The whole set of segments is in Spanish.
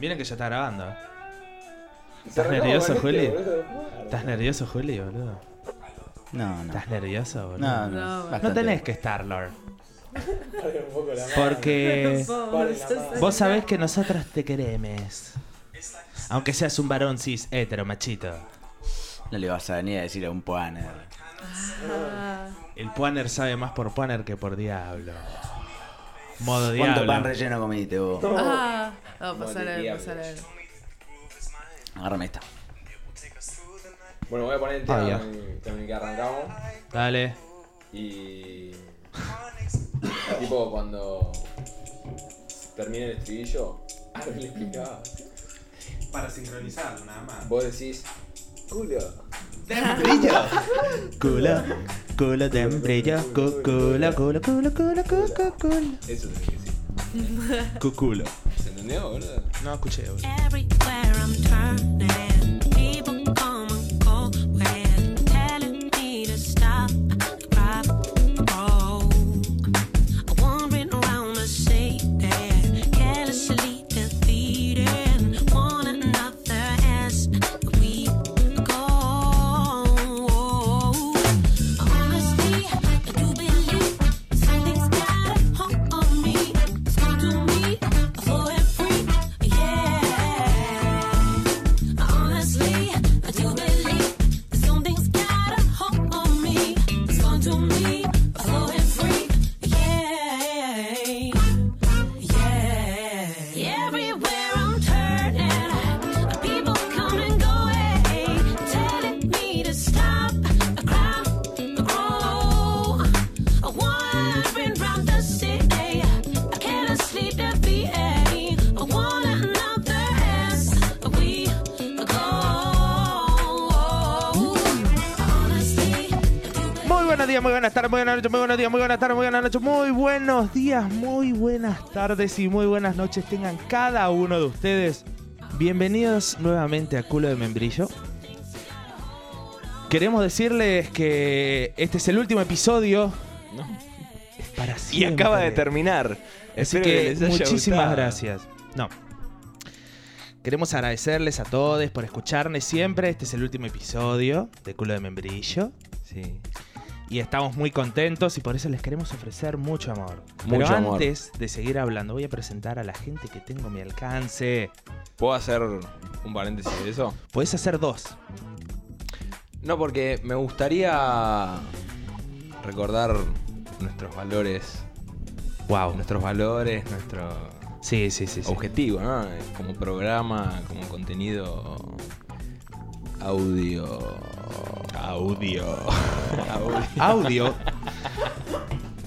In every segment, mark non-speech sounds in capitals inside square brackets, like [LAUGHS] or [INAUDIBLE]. Miren que ya está grabando. Se ¿Estás recaba nervioso, con este, Juli? boludo. ¿Estás nervioso, Juli, boludo? No, no. ¿Estás nervioso, boludo? No, no. No, es no No bastante. tenés que estar, Lord. Dale un poco la mano. Porque Vale, vos sabés que nosotras te queremos. Aunque seas un varón cis hetero, machito. No le vas a venir a decir a un eh. puaner. Ah, El puaner sabe más por puaner que por diablo. Modo ¿Cuánto pan diablo. relleno comiste vos? ah, no, pasar Como a ver, de pasar a ver. Agárrame esta. Bueno, voy a poner el tema Ah, ya. con- con el que arrancamos. Dale. Y. [COUGHS] tipo cuando. Termina el estribillo. [LAUGHS] Ah, no le explicaba. Para sincronizarlo, nada más. Vos decís. Culo. Culo, culo, tembrillo, cu- culo, culo, culo, culo, cu- cu- culo. Eso tenés que decir. Cu- Culo. ¿Se entendió, boludo? No escuché, boludo. Everywhere I'm turning, people come and go when telling me to stop, stop, oh. I'm wandering around the city, carelessly defeating one another as we go. Honestly, I do believe something's got a hold on me. Speak to me, for it free, yeah. Honestly, I do believe something's got a hold on me. It's gone to me, flowing free. Yeah, yeah. Everywhere I'm turning, people come and go. eh, Telling me to stop, I cry, I grow. I wandering round the city, I can't sleep to be a. I want another as we go. Honestly, I do believe. Muy buenos días, muy buenas tardes, muy buenas noches, muy buenos días, muy buenas tardes, muy buenas noches, muy buenos días, muy buenas tardes y muy buenas noches tengan cada uno de ustedes. Bienvenidos nuevamente a Culo de Membrillo. Queremos decirles que este es el último episodio. Para Y siempre. acaba de terminar. Así Espero que, les haya muchísimas gustado. gracias. No. Queremos agradecerles a todos por escucharnos siempre. Este es el último episodio de Culo de Membrillo. Sí. Y estamos muy contentos y por eso les queremos ofrecer mucho amor. Mucho Pero amor. antes de seguir hablando, voy a presentar a la gente que tengo a mi alcance. ¿Puedo hacer un paréntesis de eso? Podés hacer dos. No, porque me gustaría recordar nuestros valores. Wow. Nuestros valores, nuestro Sí, sí, sí. sí. objetivo, ¿no? Como programa, como contenido audio. Audio. [LAUGHS] audio. [LAUGHS] Audio.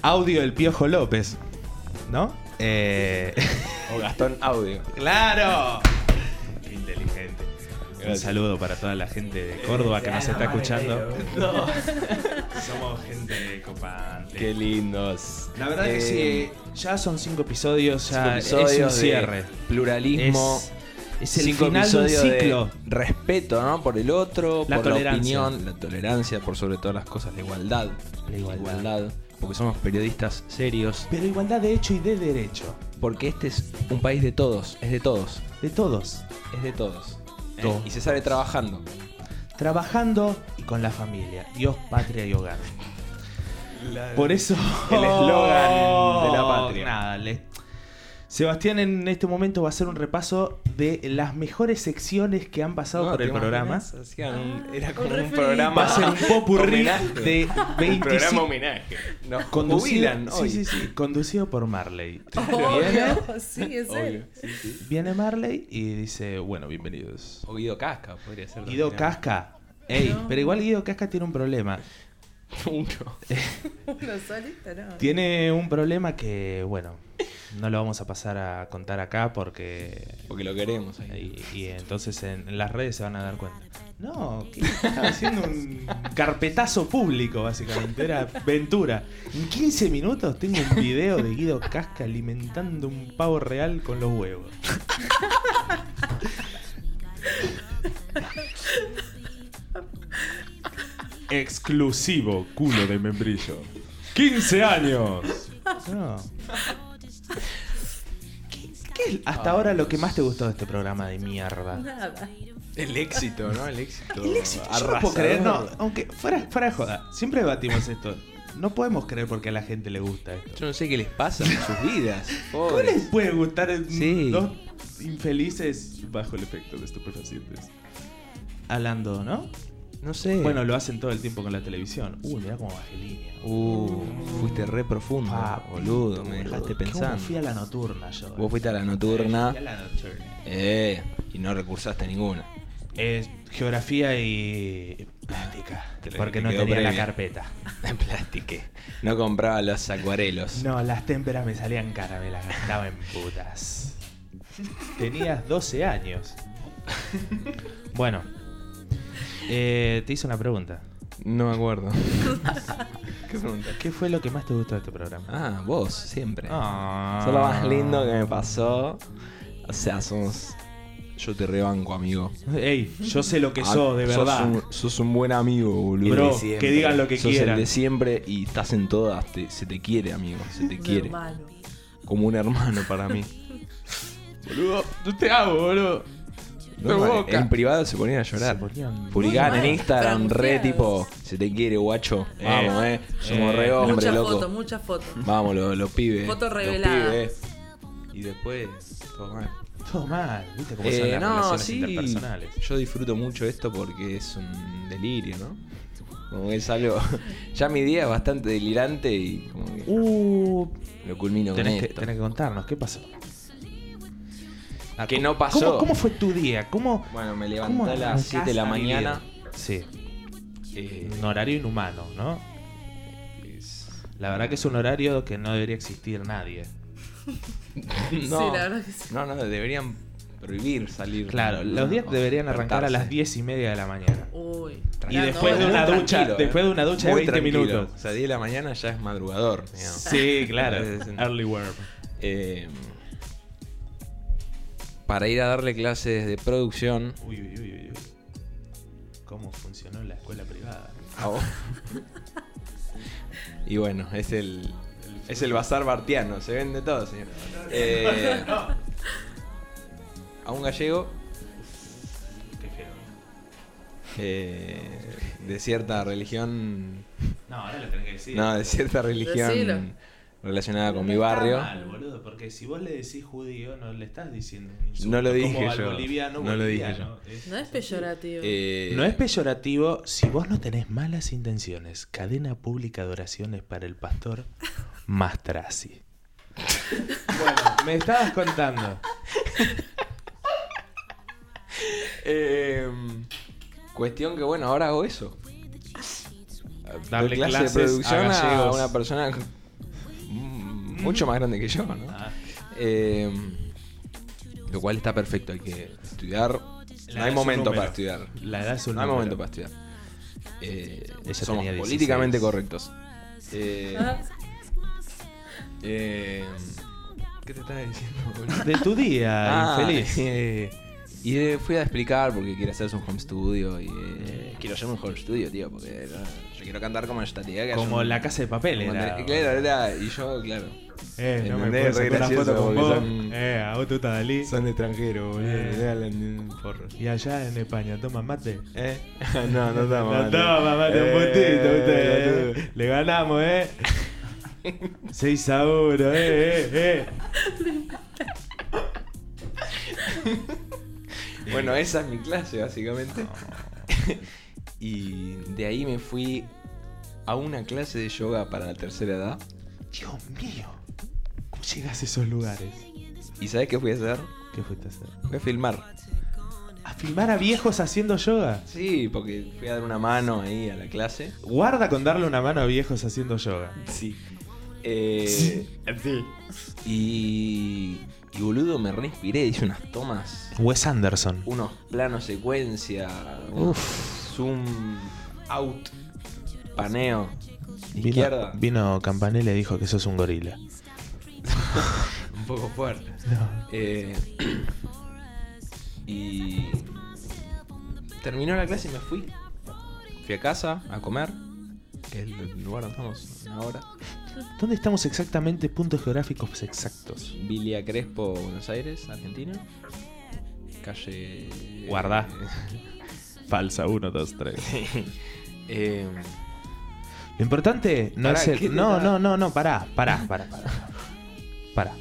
Audio el Piojo López. ¿No? Eh, [LAUGHS] O Gastón Audio. ¡Claro! Inteligente. Un saludo para toda la gente de Córdoba que nos está escuchando. [LAUGHS] Somos gente copante. Qué lindos. La verdad que sí, Eh, ya son cinco episodios, cinco ya es un episodios de cierre. Pluralismo. Es, es el Cinco final de un episodios de ciclo. respeto, ¿no? Por el otro, La por tolerancia. la opinión, la tolerancia, por sobre todas las cosas, la igualdad. La igualdad. Porque somos periodistas serios. Pero igualdad de hecho y de derecho. Porque este es un país de todos, es de todos, De todos. es de todos. ¿eh? Todos. Y se sale trabajando. Trabajando y con la familia. Dios, patria y hogar. Por eso. el eslogan de la patria. Nada, le- Sebastián en este momento va a hacer un repaso de las mejores secciones que han pasado No, por ¿te el programa. imaginas? Hacían un- era como un un, referee. programa. Va a [LAUGHS] ser un popurrí homenaje. de Un 25 programa homenaje. Nos Conducido, jubilan sí, hoy. sí, sí, conducido por Marley. Obvio, [LAUGHS] sí, es Obvio, él. sí, sí. Viene Marley y dice, bueno, bienvenidos. O Guido Casca, podría ser. Guido también. Casca. Ey, No. pero igual Guido Casca tiene un problema. Uno. Uno solito, ¿no? Tiene un problema que, bueno, no lo vamos a pasar a contar acá porque... Porque lo queremos ahí. Y, y entonces en, en las redes se van a dar cuenta. No, ¿qué? estaba haciendo un carpetazo público, básicamente. Era Ventura. En 15 minutos tengo un video de Guido Casca alimentando un pavo real con los huevos. Exclusivo culo de membrillo. [LAUGHS] 15 años. No. ¿Qué es hasta ahora lo que más te gustó de este programa de mierda? Nada. El éxito, ¿no? El éxito. El éxito. Yo no puedo creer, no, aunque fuera, fuera de joda, siempre debatimos esto. No podemos creer porque a la gente le gusta esto. Yo no sé qué les pasa en [LAUGHS] sus vidas. ¿Cómo les Pobres. puede gustar en- Sí. dos infelices bajo el efecto de estupefacientes? Hablando, ¿no? No sé. Bueno, lo hacen todo el tiempo con la televisión. Uy, mirá cómo bajé línea. Uh, fuiste re profundo, Pa, Ah, boludo, boludo. Me dejaste ¿cómo fui pensando. a la nocturna yo? Vos fuiste a la Fui a nocturna. la nocturna. Eh, y no recursaste ninguna. [LAUGHS] Eh, geografía y plástica. Te la- Porque te no quedó tenía la previa. carpeta. En plástico. No compraba los acuarelos. No, las témperas me salían caras, me las gastaba en putas. Tenías 12 años. Bueno, eh, te hice una pregunta. No me acuerdo. [LAUGHS] ¿Qué pregunta? ¿Qué fue lo que más te gustó de este programa? Ah, vos, siempre. Ah. Sos lo más lindo que me pasó. O sea, somos. Yo te rebanco, amigo. Ey, yo sé lo que Ah, sos, de verdad. Sos un, sos un buen amigo, boludo. Bro, de siempre. que digan lo que sos el quieran. de siempre y estás en todas. te- se te quiere, amigo. Se [LAUGHS] te quiere. Hermano. Como un hermano para [LAUGHS] mí. Boludo, yo te amo, boludo. No, Pero en- Boca. en privado se ponían a llorar. Se ponían- Publicaban Muy en mal, Instagram re franqueados. tipo, se te quiere, guacho. Eh, Vamos, eh. Somos eh. re hombre, muchas loco. fotos, muchas fotos. Vamos, los, los pibes. los Fotos reveladas. pibes. Y después, todo mal. Todo mal, viste cómo son Eh, las no, relaciones sí. interpersonales. Yo disfruto mucho esto porque es un delirio, ¿no? Como que es algo. [LAUGHS] ya mi día es bastante delirante y como que Uh, lo culmino con tenés que, esto. tenés que contarnos, ¿qué pasó? Ah, Que ¿cómo- no pasó. ¿Cómo, cómo fue tu día? ¿Cómo, Bueno, me cómo levanté a las arrancás 7 de la a vivir? mañana. Sí, eh, un horario inhumano, ¿no? es- La verdad que es un horario que no debería existir nadie. Sí, la verdad que sí. No, no, deberían prohibir salir. Claro, No, los días o deberían arrancar a despertarse. las 10 y media de la mañana. Uy. Y No, después no, de no. una Muy ducha, tranquilo, eh. después de una ducha de Muy 20 tranquilo. minutos. O sea, 10 de la mañana ya es madrugador. digamos. [LAUGHS] Sí, claro. Es un- Early worm. Eh, para ir a darle clases de producción. Uy, uy, uy, uy. uy. ¿Cómo funcionó la escuela privada? a vos. Ah, oh. y bueno, es el. Es el bazar bartiano, se vende todo, señor. Eh, a un gallego Qué feo. eh, de cierta religión No, ahora lo tenés que decir. No, de cierta religión Decilo. relacionada con No mi está barrio. mal, boludo, porque si vos le decís judío, no le estás diciendo un insulto. No lo dije como al yo. boliviano, No lo dije boliviano. Es- No es peyorativo. Eh, No es peyorativo si vos no tenés malas intenciones. Cadena pública de oraciones para el pastor Mastrasi. bueno, me estabas contando. eh, cuestión que, bueno, ahora hago eso. Darle Doy clase clases de producción a a, gallegos. una persona mm, mucho más grande que yo, ¿no? Ah, Eh, lo cual está perfecto, hay que estudiar. La No edad es hay un momento número. para estudiar. La edad es un No hay número. momento para estudiar. Eh, Ella somos tenía 16. políticamente correctos. Eh, Ah, eh, ¿Qué te estaba diciendo, boludo? De tu día, Ah, infeliz. eh, [LAUGHS] y eh, fui a explicar porque quiero hacerse un home studio y eh, quiero hacer un home studio, tío, porque no, yo quiero cantar como esta tía que Como la casa de papel era. Claro, era, y yo, claro. Eh, no me puedes Entendés, re sacar la gracioso, foto con porque vos. son- Eh, a vos te gusta Dalí. extranjeros, boludo, Eh. le porro. Y allá en España, toma mate. ¿Eh? no, no estamos. [LAUGHS] No, toma, mate, un puntito, usted, eh. Le ganamos, eh. 6 a 1, eh, eh, eh. Bueno, esa es mi clase, básicamente. [LAUGHS] y de ahí me fui a una clase de yoga para la tercera edad. Dios mío. ¿Cómo llegas a esos lugares? ¿Y sabes qué fui a hacer? ¿Qué fuiste a hacer? Fui a filmar. ¿A filmar a viejos haciendo yoga? Sí, porque fui a dar una mano ahí a la clase. Guarda con darle una mano a viejos haciendo yoga. Sí. Eh, Y, y boludo, me reinspiré, hice unas tomas, Wes Anderson. unos planos secuencia, unos zoom out, paneo, Vino, izquierda, vino Campanella y dijo que sos un gorila. un poco fuerte. No. Eh, y terminó la clase y me fui. Fui a casa a comer, que es el lugar donde estamos ahora. ¿Dónde estamos exactamente? Puntos geográficos exactos. Vilia Crespo, Buenos Aires, Argentina. Calle. Guardá. Falsa, 1, 2, 3. [LAUGHS] Eh, Lo importante no Pará, es ¿qué el. te No, da? no, no, no, pará, pará, pará, pará. Pará.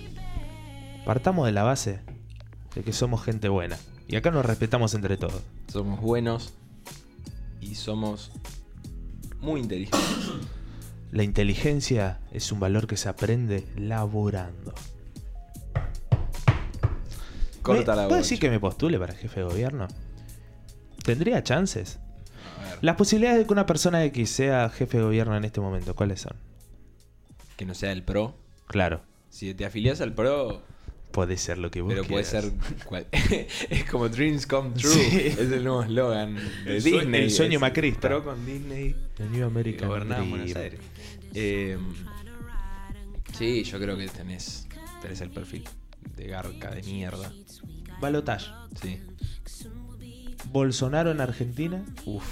Partamos de la base de que somos gente buena. Y acá nos respetamos entre todos. somos buenos y somos muy inteligentes. La inteligencia es un valor que se aprende laborando. Corta ¿Me- la ¿Puedo voz. decir que me postule para jefe de gobierno? ¿Tendría chances? A ver, Las posibilidades de que una persona X sea jefe de gobierno en este momento, ¿cuáles son? Que no sea el pro. Claro, Si te afilias al pro, puede ser lo que vos pero puede quieras. ser. cual- [LAUGHS] es como [LAUGHS] Dreams Come True. Sí. Es el nuevo eslogan de El sue- Disney. el sueño es macrista. Pro con Disney. The New American Gobernaba en Dream. Buenos Aires. Eh, sí, yo creo que tenés, tenés el perfil de garca de mierda. Balotage. Sí. Bolsonaro en Argentina. Uf.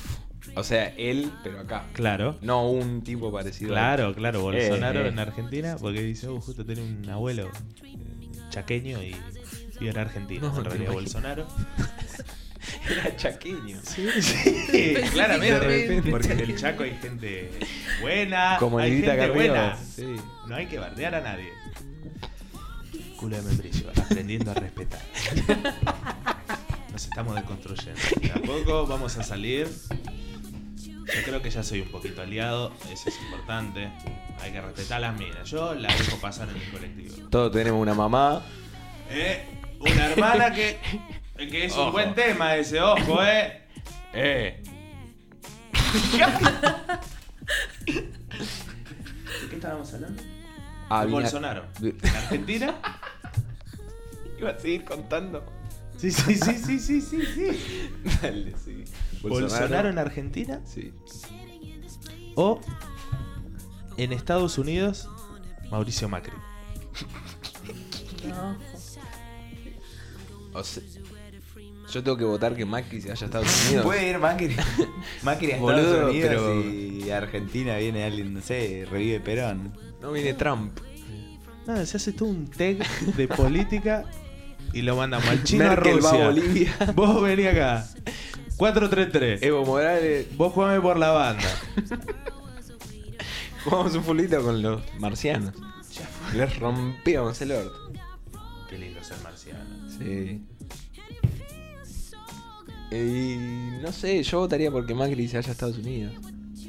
O sea, él, pero acá. Claro. No un tipo parecido. a él. Claro, claro, Bolsonaro Eh, eh. en Argentina, porque dice, oh, justo tiene un abuelo eh, chaqueño y vive en Argentina. No, en te realidad imagino. [LAUGHS] Bolsonaro. [LAUGHS] Era chaqueño. Sí, Específicamente. Porque en el Chaco hay gente buena, Como hay gente Lidita Carrillo. buena. Sí. No hay que bardear a nadie. Culo de membrillo, aprendiendo a [LAUGHS] respetar. Nos estamos deconstruyendo. De a poco vamos a salir. Yo creo que ya soy un poquito aliado, eso es importante. Hay que respetar las minas. Yo la dejo pasar en el colectivo. Todos tenemos una mamá. Eh, Una hermana que. que es Ojo. un buen tema ese, ojo, eh. Eh. ¿De qué estábamos hablando? Ah, de bien, Bolsonaro. bien. ¿Argentina? [LAUGHS] Iba a seguir contando. Sí, sí, sí, sí, sí, sí, sí. Dale, sí. ¿Bolsonaro en Argentina? Sí. O en Estados Unidos, Mauricio Macri. No, [LAUGHS] O sea, yo tengo que votar que Macri se haya [LAUGHS] a Estados Unidos. Puede ir [LAUGHS] Macri. Macri a Estados Boludo, Unidos pero- y a Argentina viene alguien, no sé, revive Perón. No viene Trump. Nada, se hace todo un tech de política y lo mandamos al chino Merkel a va Rusia. a Bolivia. Vos vení acá. 4-3-3. [LAUGHS] Evo Morales. Eh, Vos jugame por la banda. Jugamos un fulito con los marcianos. Les rompíamos el orto. Qué lindo ser marciano. Sí. Y no sé, yo votaría porque Macri se haya a Estados Unidos.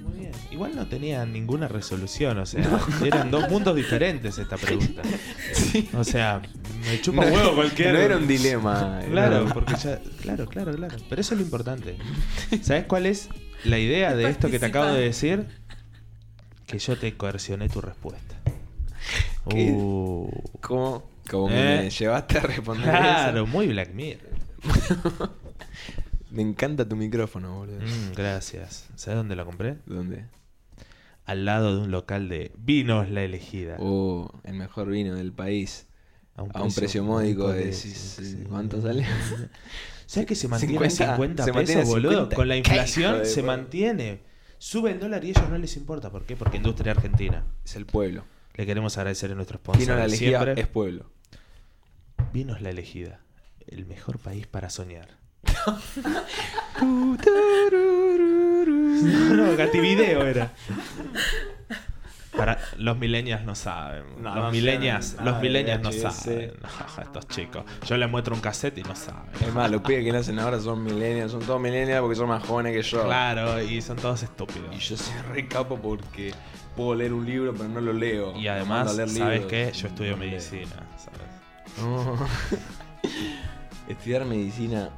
Muy bien. Igual no tenía ninguna resolución, o sea, [LAUGHS] eran dos mundos diferentes esta pregunta. O sea, me chupa un [LAUGHS] huevo cualquier. No era un dilema. [LAUGHS] Claro, era- [LAUGHS] porque ya. Claro, claro, claro. Pero eso es lo importante. ¿Sabes cuál es la idea de esto que te acabo de decir? Que yo te coercioné tu respuesta. ¿Qué? Uh, ¿Cómo? Como Eh. me llevaste a responder claro, eso. muy Black Mirror. Me encanta tu micrófono, boludo. Mm, gracias. ¿Sabes dónde lo compré? ¿Dónde? Al lado de un local de vinos la elegida. Oh, el mejor vino del país. A un precio módico de... sí, sí, sí. ¿Cuánto [LAUGHS] sale? ¿Sabes que se mantiene 50, 50? Se pesos, mantiene boludo? 50. Con la Hijo inflación de se puta. mantiene. Sube el dólar y a ellos no les importa. ¿Por qué? Porque industria argentina. Es el pueblo. Le queremos agradecer a nuestro sponsor. Vino la de elegida siempre. es pueblo. Vinos la elegida. El mejor país para soñar. [LAUGHS] no, no, Gativideo era. Para, los milenias no saben. No, los no milenias, saben nada los de milenias no VHS. saben. [LAUGHS] No, estos chicos. Yo les muestro un cassette y no saben. Es más, los pibes que nacen ahora son millennials. Son todos millennials porque son más jóvenes que yo. Claro, y son todos Y estúpidos. yo soy recapo porque puedo leer un libro, pero no lo leo. Y además, Mando a leer ¿sabes libros. qué? Yo estudio No leo. medicina, ¿sabes? No. [LAUGHS] Estudiar medicina,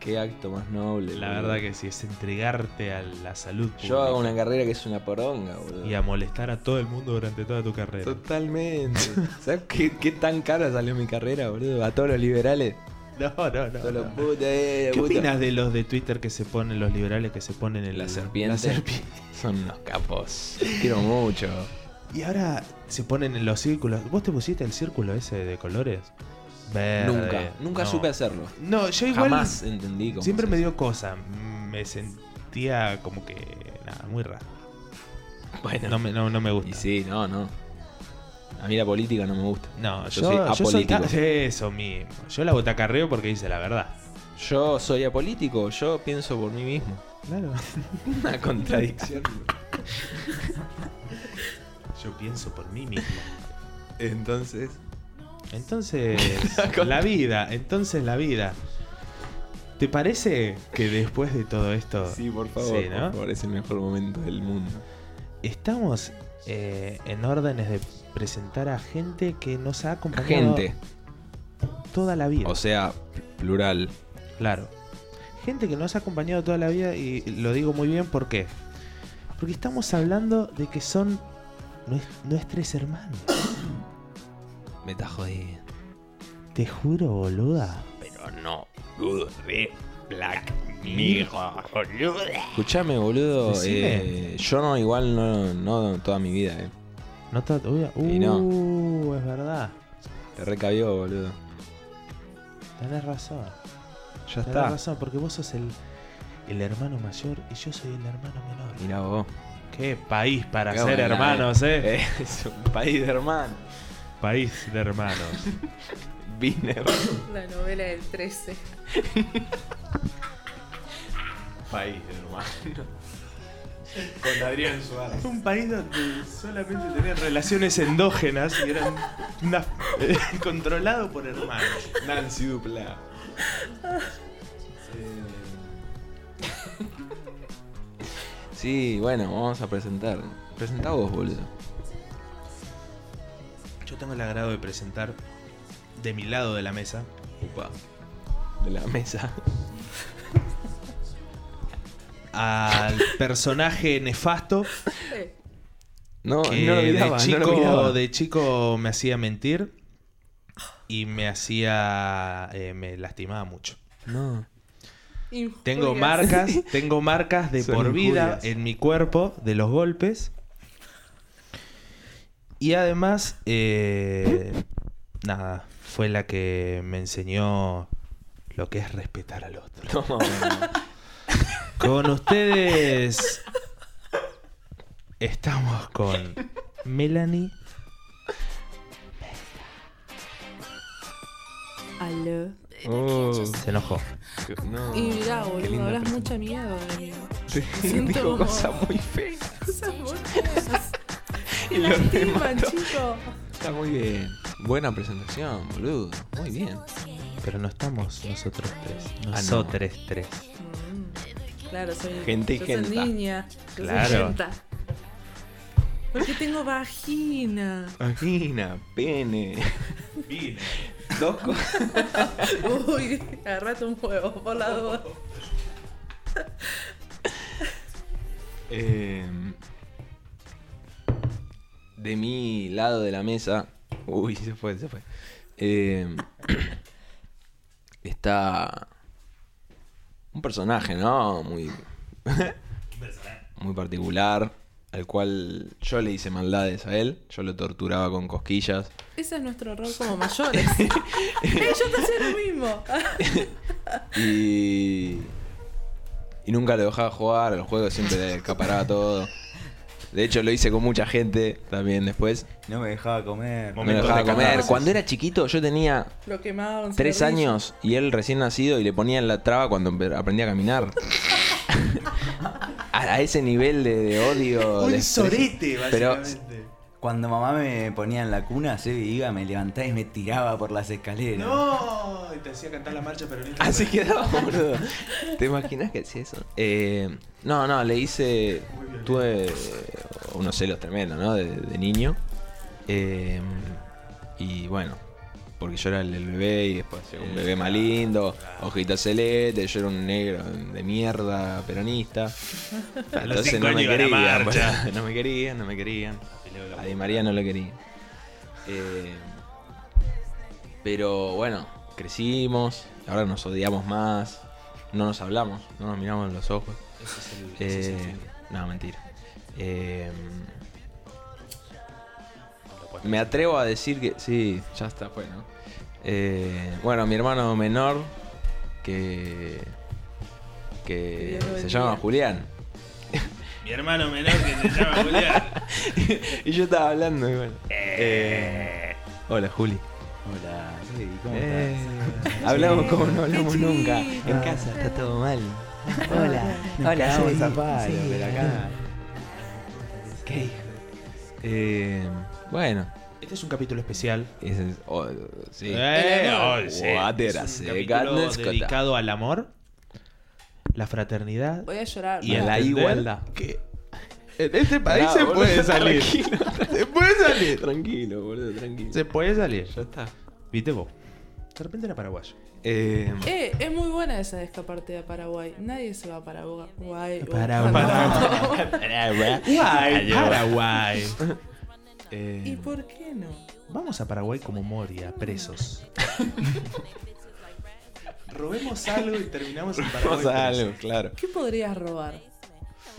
qué acto más noble. La boludo. verdad que sí, es entregarte a la salud pública Yo hago una carrera que es una poronga, boludo. y a molestar a todo el mundo durante toda tu carrera. Totalmente. ¿Sabes qué, qué tan cara salió mi carrera, boludo? A todos los liberales. [LAUGHS] No, no, no. Todos los no. putos, eh, ¿Qué putos. opinas de los de Twitter que se ponen, los liberales que se ponen en La serpiente. la serpi- Son unos capos. Los Quiero mucho. Y ahora se ponen en los círculos. ¿Vos te pusiste el círculo ese de colores? Verde. nunca, nunca No. supe hacerlo. No, yo igual. Jamás eh, entendí cómo Siempre se me hace. dio cosa. Me sentía como que. Nada, muy raro. Bueno, No me, no, no me gusta. y sí, no, no. A mí la política no me gusta. No, yo, Yo soy yo soy apolítico. ah, [LAUGHS] eso mismo. Yo la botacarreo porque dice la verdad. Yo soy apolítico, yo pienso por mí mismo. [LAUGHS] Claro. Una contradicción. Yo pienso por mí mismo. Entonces, Entonces, contra- la vida, entonces la vida. ¿Te parece que después de todo esto sí, por favor, Ah. Sí, ¿no? por favor, es el mejor momento del mundo. estamos eh, en órdenes de presentar a gente que nos ha acompañado Gente, toda la vida? o sea, plural. Claro. Gente que nos ha acompañado toda la vida y lo digo muy bien, ¿por qué? Porque estamos hablando de que son nues- nuestros hermanos. Me está jodido. Te juro, boluda. Pero no, boludo, re black, mijo, boludo. Escuchame, boludo, Decime. eh, yo no, igual no, no toda mi vida, eh. No te- uy, Y no. uh, es verdad. Te recabió, boludo. Tenés razón. Ya Tenés está. razón, porque vos sos el, el hermano mayor y yo soy el hermano menor. Mirá vos. Qué país para Qué ser buena, hermanos, eh. Eh, [LAUGHS] Es un país de hermano. País de hermanos. Viner. La novela del 13. País, [LAUGHS] hermano. Con Adrián Suárez. Un país donde solamente tenían relaciones endógenas y eran una- eh, controlado por hermanos. Nancy Dupla. Eh, Sí, bueno, vamos a presentar. Presentá vos, boludo. Yo tengo el agrado de presentar de mi lado de la mesa De la mesa. [LAUGHS] al personaje nefasto Eh, Oh, No, que no lo miraba, de, chico, no lo miraba. de chico me hacía mentir y me hacía eh, me lastimaba mucho. No. injurias. Tengo marcas, tengo marcas de Son por vida injurias. en mi cuerpo de los golpes. Y además, eh, nada, fue la que me enseñó lo que es respetar al otro. [LAUGHS] No, bueno. Con ustedes estamos con Melanie. Aló. Oh, Se enojó. no. Y mirá, boludo, hablas mucha mierda. Sí, Siento [LAUGHS] dijo como- cosas muy feas. Cosas buenas. Y [LAUGHS] lo Lastiman, remató. chico. Está muy bien. Buena presentación, boludo. Muy bien. Pero no estamos nosotros tres. Ah, no. Nosotros tres. Mm. Claro, soy. Gente y yo genta. Soy niña. Yo Claro. Soy genta. Porque tengo vagina. Vagina, pene. Dos cosas. Uy, agarrate un huevo por la duda. Em, de mi lado de la mesa. Uy, se fue, se fue. Em, está. Un personaje, ¿no? Muy. muy particular. Al cual yo le hice maldades a él. Yo lo torturaba con cosquillas. Ese es nuestro rol como mayores. [LAUGHS] ¡Ey, yo te hacía lo mismo! Y. Y nunca lo dejaba jugar, al juego siempre le escaparaba todo. De hecho, lo hice con mucha gente también después. No me dejaba comer. No me Momentos dejaba de comer. catarsis. Cuando era chiquito, yo tenía Lo quemaba con tres cigarrillo. años y él recién nacido y le ponía en la traba cuando empe- aprendí [LAUGHS] a caminar. a, a ese nivel de, de odio. de Un estrés. sorete, Pero- básicamente. Cuando mamá me ponía en la cuna, se iba, me levantaba y me tiraba por las escaleras. No, y te hacía cantar la marcha peronista. Así quedaba, boludo. ¿Te imaginas que hacía eso? Eh, no, no, le hice. Tuve eh, unos celos tremendos, ¿no? De, de niño. Eh, y bueno, porque yo era el del bebé y después era un bebé más lindo, hojitas celeste, yo era un negro de mierda [LAUGHS] peronista. Ah, Entonces cinco no años me iba a la querían, marcha. boludo. [LAUGHS] no me querían, no me querían. A Di María no lo quería. Eh, pero bueno, crecimos, ahora nos odiamos más, no nos hablamos, no nos miramos en los ojos. Eh, no, mentira. Eh, me atrevo a decir que. Sí, ya está, fue, ¿no? Eh, bueno, mi hermano menor, que. que Dios lo se bendiga. llama Julián. Mi hermano menor que se llama Julián. [LAUGHS] y yo estaba hablando, y bueno. Eh, Hola, Juli. Hola, sí, ¿cómo Eh, estás? hablamos como no hablamos Qué nunca. chiquito. En casa está todo mal. Hola, hola, Nos cagamos soy- a palo, sí, pero acá. ¿Qué hijo? Eh, bueno, Este es un capítulo especial. es, oh, sí. Eh, amor. oh, sí. Guadera, Es un se capítulo gana, escota. dedicado al amor, la fraternidad Voy a llorar. y a la la igualdad. igualdad. Que en este país Pará, se boludo, puede salir. tranquilo. [LAUGHS] Se puede salir. Tranquilo, boludo, tranquilo. Se puede salir. Ya está. está. Viste vos. De repente era paraguayo. [LAUGHS] Eh, Eh, es muy buena esa de escaparte de Paraguay. Nadie se va a Paraguay. Paraguay. Guay, [LAUGHS] Paraguay. eh, ¿Y por qué no? [LAUGHS] Vamos a Paraguay como Moria, presos. Robemos algo y terminamos en Paraguay. vamos a presos. algo, claro. ¿Qué podrías robar?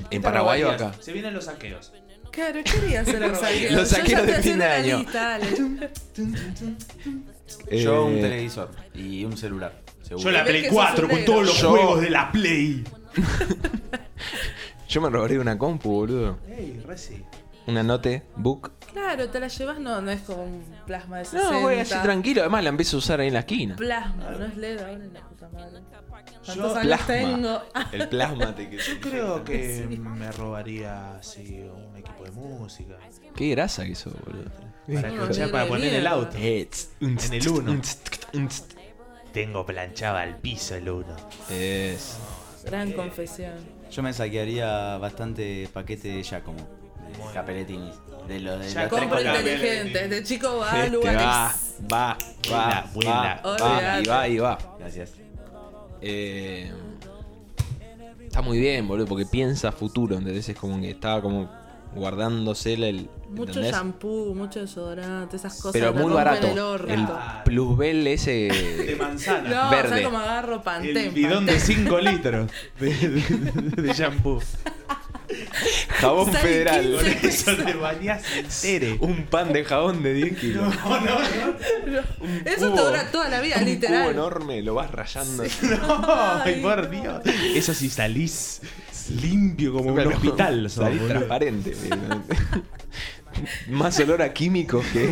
¿En Paraguay o acá? Se vienen los saqueos. Claro, ¿qué [LAUGHS] harías en los Los saqueos? Yo ya saqueos de estoy fin de haciendo año. la lista, dale. Yo un Eh, televisor y un celular. seguro. Yo la Ves que Play sos 4 un con negro. todos los Yo- juegos de la Play. Yo me robaría una compu, boludo. Ey, Resi. Una note, book. Claro, te la llevas, no, no es como un plasma de 60. No, voy así tranquilo. Además, la empiezo a usar ahí en la esquina. Plasma, no es LED ahora en la puta madre. ¿Cuántos Yo- años tengo? Ah, El plasma [LAUGHS] te que Yo creo que me robaría sí, un equipo de música. Qué grasa que sos, boludo. Para, Uno escuchar, de para poner en el mierda. auto. Eh, tss, un tss, En el tss, uno. un tss, tss, un tss. Tengo planchada al piso el uno. Es. Gran confesión. Eh, Yo me saquearía bastante paquete de Giacomo. De Capelletini. De los de Giacomo los tres Compro colgados. colgantes. inteligente, este chico va a Este va, lugares. va, va, Vuela, va, vuela. va, y va, y va. Gracias. Eh, está muy bien, boludo, porque piensa futuro, ¿entendés? Es como que estaba como guardándosela el. Mucho ¿entendés? shampoo, mucho desodorante, esas cosas. Pero te muy rompen barato. El orto. El No, plusbel De ese. manzana. ¿sabes verde. cómo agarro pantén? El bidón de Pantén. 5 litros de, de, de shampoo. jabón Sale federal. 15 [LAUGHS] boludo. Eso te bañás entere. Un pan de jabón de 10 kilos. No, no, no. Eso te cubo. dura toda la vida, un cubo [LAUGHS] literal. enorme, lo vas rayando. Ay, Ay, por no. Dios. Eso sí, salís limpio como un Pero hospital. sos, salí boludo. transparente. boludo. [LAUGHS] Más olor a químicos [LAUGHS] que.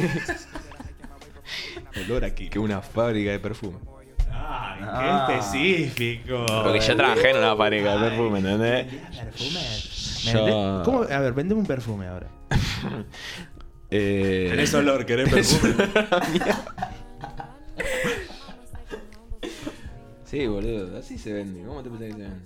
olor a químicos. Que una fábrica de perfume. Ay, Ah. qué específico. Porque yo trabajé en una fábrica de Ay, perfume, ¿entendés? perfume. Yo- ¿Me vendés- ¿Cómo? A ver, vendeme un perfume ahora. Eh, olor, querés [LAUGHS] perfume. Sí, boludo, así se vende. ¿Cómo te pensás que se vende?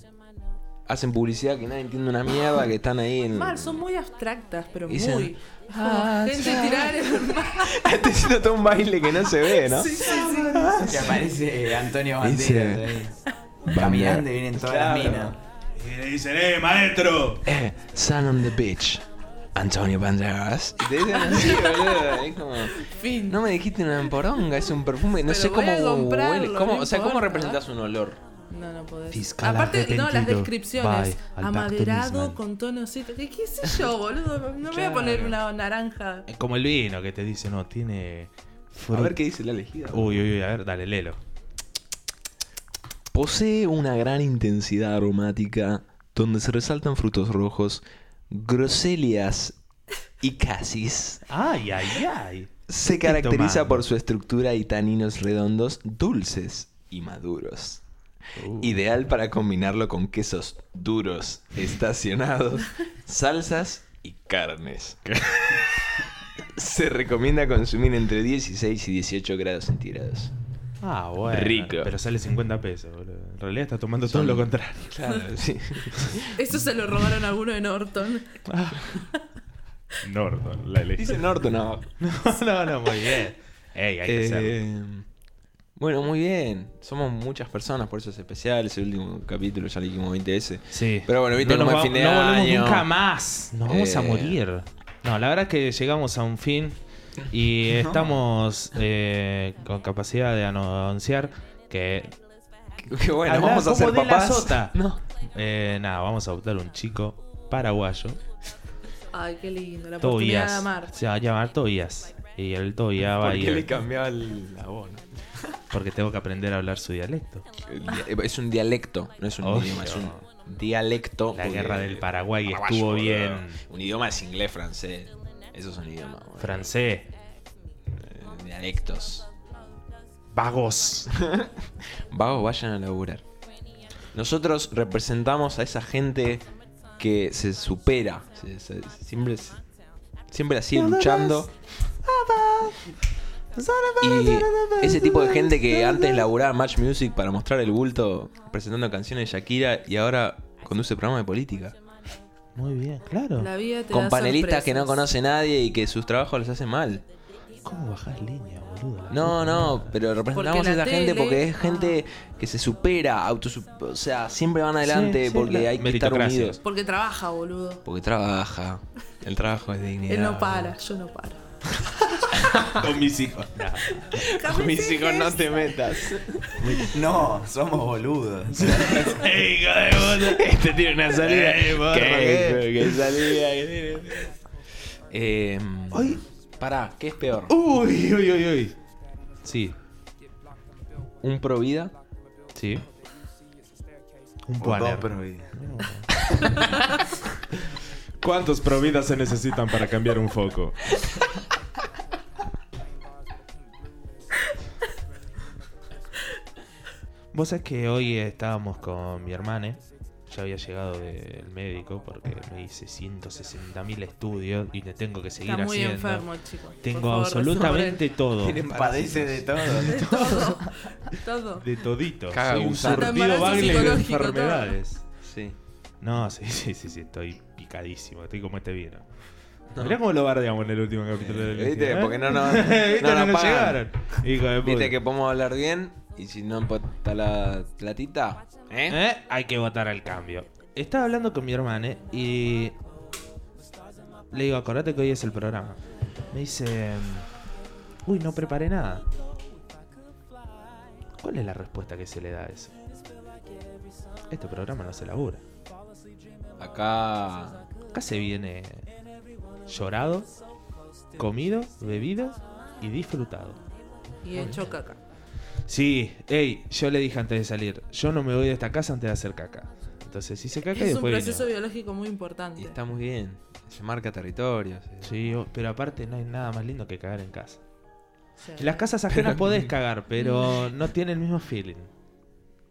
Hacen publicidad que nadie entiende una mierda, que están ahí en. [LAUGHS] Mal, son muy abstractas, pero Dicen, muy. "Ah, gente ya". tirar el mar. Está haciendo todo un baile que no se ve, ¿no? [LAUGHS] Sí, sí, sí. [LAUGHS] Que aparece Antonio Dice- Banderas. ahí. Caminando y vienen todas las Claro. minas. Y le dicen, eh, maestro. Eh, Sun on the Beach. Antonio Banderas. Y te dicen así, boludo. Es como. Fin. No me dijiste una poronga, es un perfume. No Pero sé voy a cómo comprarlo, huele. cómo- no o sea, ¿cómo importa. representas un olor? No, no podés. Fiscal Aparte, no, las arrepentido. descripciones. Bye, al Amaderado Pacto con tonos cítricos. ¿Qué, qué sé yo, boludo? No me voy a Claro. poner una naranja. Es como el vino que te dice, no, tiene. A fruta. ver qué dice la elegida. Uy, uy, uy, a ver, dale, lelo. Posee una gran intensidad aromática donde se resaltan frutos rojos, groselias y casis. Ay, ay, ay. Se Estoy caracteriza tomando. por su estructura y taninos redondos, dulces y maduros. Uh. Ideal para combinarlo con quesos duros, estacionados, salsas y [LAUGHS] carnes. Se recomienda consumir entre 16 y 18 grados centígrados. Ah, bueno. Rico. Pero sale 50 pesos, boludo. En realidad está tomando Son- todo lo contrario. Claro, [LAUGHS] sí. Eso se lo robaron a alguno de Norton. Norton, la elegí. Dice Norton abajo. No, [LAUGHS] no, no, muy bien. Ey, hay que hacerlo. Eh, bueno, muy bien. Somos muchas personas, por eso es especial. Ese último capítulo ya lo dijimos 20 veces. Sí. Pero bueno, viste no cómo nos es va- fin de no volvemos año. nunca más. Nos vamos a Eh. morir. No, la verdad es que llegamos a un fin y [LAUGHS] estamos eh, con capacidad de anunciar que Qué bueno, Hablá vamos a como ser de la papás. sota. No. eh, nada, vamos a adoptar un chico paraguayo, Ay, qué lindo. La oportunidad de Tobias. amar. Se va a llamar Tobias. Y él Tobias va a Porque le ir Ah, cambiaba el- la voz. ¿no? porque tengo que aprender a hablar su dialecto. El dia- Es un dialecto, no es un Obvio. idioma, es un dialecto. La porque guerra del Paraguay paraguayo, estuvo boludo. bien. Un idioma es inglés, francés. Esos son idiomas. boludo. Francés. Eh, dialectos. Vagos. Vagos, vayan a laburar. Nosotros representamos a esa gente que se supera. se- se- siempre, se- siempre la sigue luchando. Y ese tipo de gente que antes laburaba Match Music para mostrar el bulto presentando canciones de Shakira y ahora conduce programas de política. Muy bien, claro. La vida te Con da panelistas que no sorpresas. conoce nadie y que sus trabajos los hacen mal. ¿Cómo bajás línea, boludo? La No, puta no, madre. pero representamos a Porque la esa gente tele- Ah. porque es gente que se supera, autosu- o sea, siempre van adelante Sí, sí, porque la- hay que estar meritocracia. unidos. Porque trabaja, boludo. Porque trabaja, el trabajo es dignidad. Él no para, yo no [LAUGHS] paro. Con mis hijos. No. Con mis hijos no te metas. No, somos [LAUGHS] boludos. ¡Ey, hijo de [LAUGHS] puta! Este tiene una salida. Eh, barro, ¿Qué? ¿Qué salida que tiene? Eh, Ay. Pará, ¿qué es peor? Uy, uy, uy, uy. Sí, ¿Un pro vida? sí. Un O dos puaner. prohibidos. ¿Cuántos providas se necesitan para cambiar un foco? [LAUGHS] Vos sabés que hoy estábamos con mi hermana. ¿eh? Ya había llegado del médico porque me hice 160.000 estudios y le tengo que seguir Está muy haciendo. enfermo, chico. Por Tengo favor, absolutamente todo. Tienen padece de todo. resuelve Todo. [LAUGHS] todo. De todito. Caga Soy un gusano. surtido Embarazo baile de psicológico, enfermedades. Sí. No, sí, sí, sí, sí, estoy picadísimo, estoy como este vino. Mirá cómo lo bardeamos en el último capítulo del ¿Viste? ¿eh? Porque no nos [LAUGHS] ¿Viste? No, no, nos pagan. llegaron. Hijo de puta. Viste que podemos hablar bien y si no importa la platita, ¿eh? ¿Eh? Hay que votar al cambio. Estaba hablando con mi hermana ¿eh? y le digo, acordate que hoy es el programa. Me dice, uy, no preparé nada. ¿Cuál es la respuesta que se le da a eso? Este programa no se labura. ¿Eh? Acá Acá se viene llorado, comido, bebido y disfrutado. Y hecho caca. Sí, hey, yo le dije antes de salir, yo no me voy de esta casa antes de hacer caca. Entonces hice caca y Es un después proceso vino. biológico muy importante. y está muy bien. Se marca territorios. eh. Sí, o- pero aparte no hay nada más lindo que cagar en casa. O sea, En las casas ajenas podés cagar, pero no tiene el mismo feeling.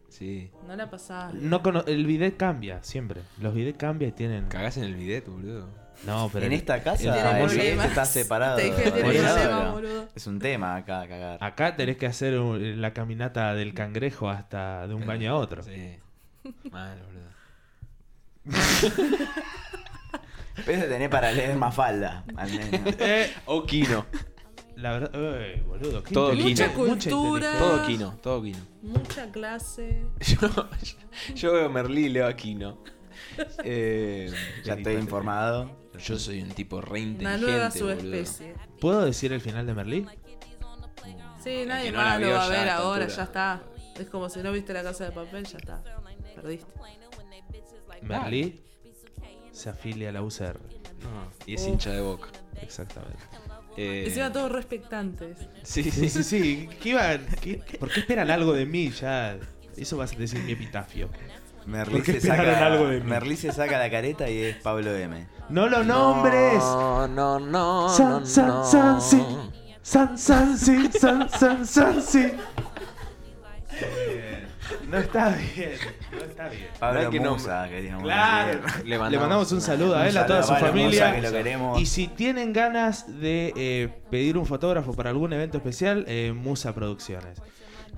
Sí. No la pasaba. No cono- el bidet cambia siempre. Los bidets cambian y tienen Cagás en el bidet, boludo. No, pero En el- esta casa Tiene el problemas. cliente está separado. Te dije que tiene Por eso. problemas, boludo. Es un tema acá, cagar. acá tenés que hacer un- la caminata del cangrejo hasta de un baño a otro. Eh, Sí. Mal, boludo. Pero tenés para leer más falda. [LAUGHS] Eh, O quino. La verdad, ey, boludo, qué Todo inteligente, quino. mucha Cultura. inteligencia. Todo quino, todo quino. Mucha clase. [LAUGHS] Yo, yo veo Merlí y leo Aquino. Eh, Ya estoy informado. yo soy un tipo re Una inteligente. nueva boludo. subespecie. ¿Puedo decir el final de Merlí? Sí, nadie que no la más vio lo ya va a a ver esta ahora, altura. ya está. Es como si no viste la casa de papel, ya está. Perdiste. Merlí se afilia a la UCR. No, y es hincha de boca. Exactamente. Eh, Encima todos respectantes. sí, Sí, sí, sí, sí. ¿Qué iba- qué- ¿Por qué esperan algo de mí? Ya. Eso vas a decir mi epitafio. Merlí ¿Por qué se, esperaron saca, algo de mí? Merlí se saca la careta y es Pablo M. ¡No los nombres! No, no, no. no, San, san, san, sí. no. San, san, sí. San, san, san, sí. No está bien. No está bien. Pablo ¿Verdad que no? Musa, queríamos Claro. decir. Le Le mandamos un saludo a él, a Un toda su saludo Pablo Musa, que lo familia. queremos. Y si tienen ganas de eh, pedir un fotógrafo para algún evento especial, eh, Musa Producciones.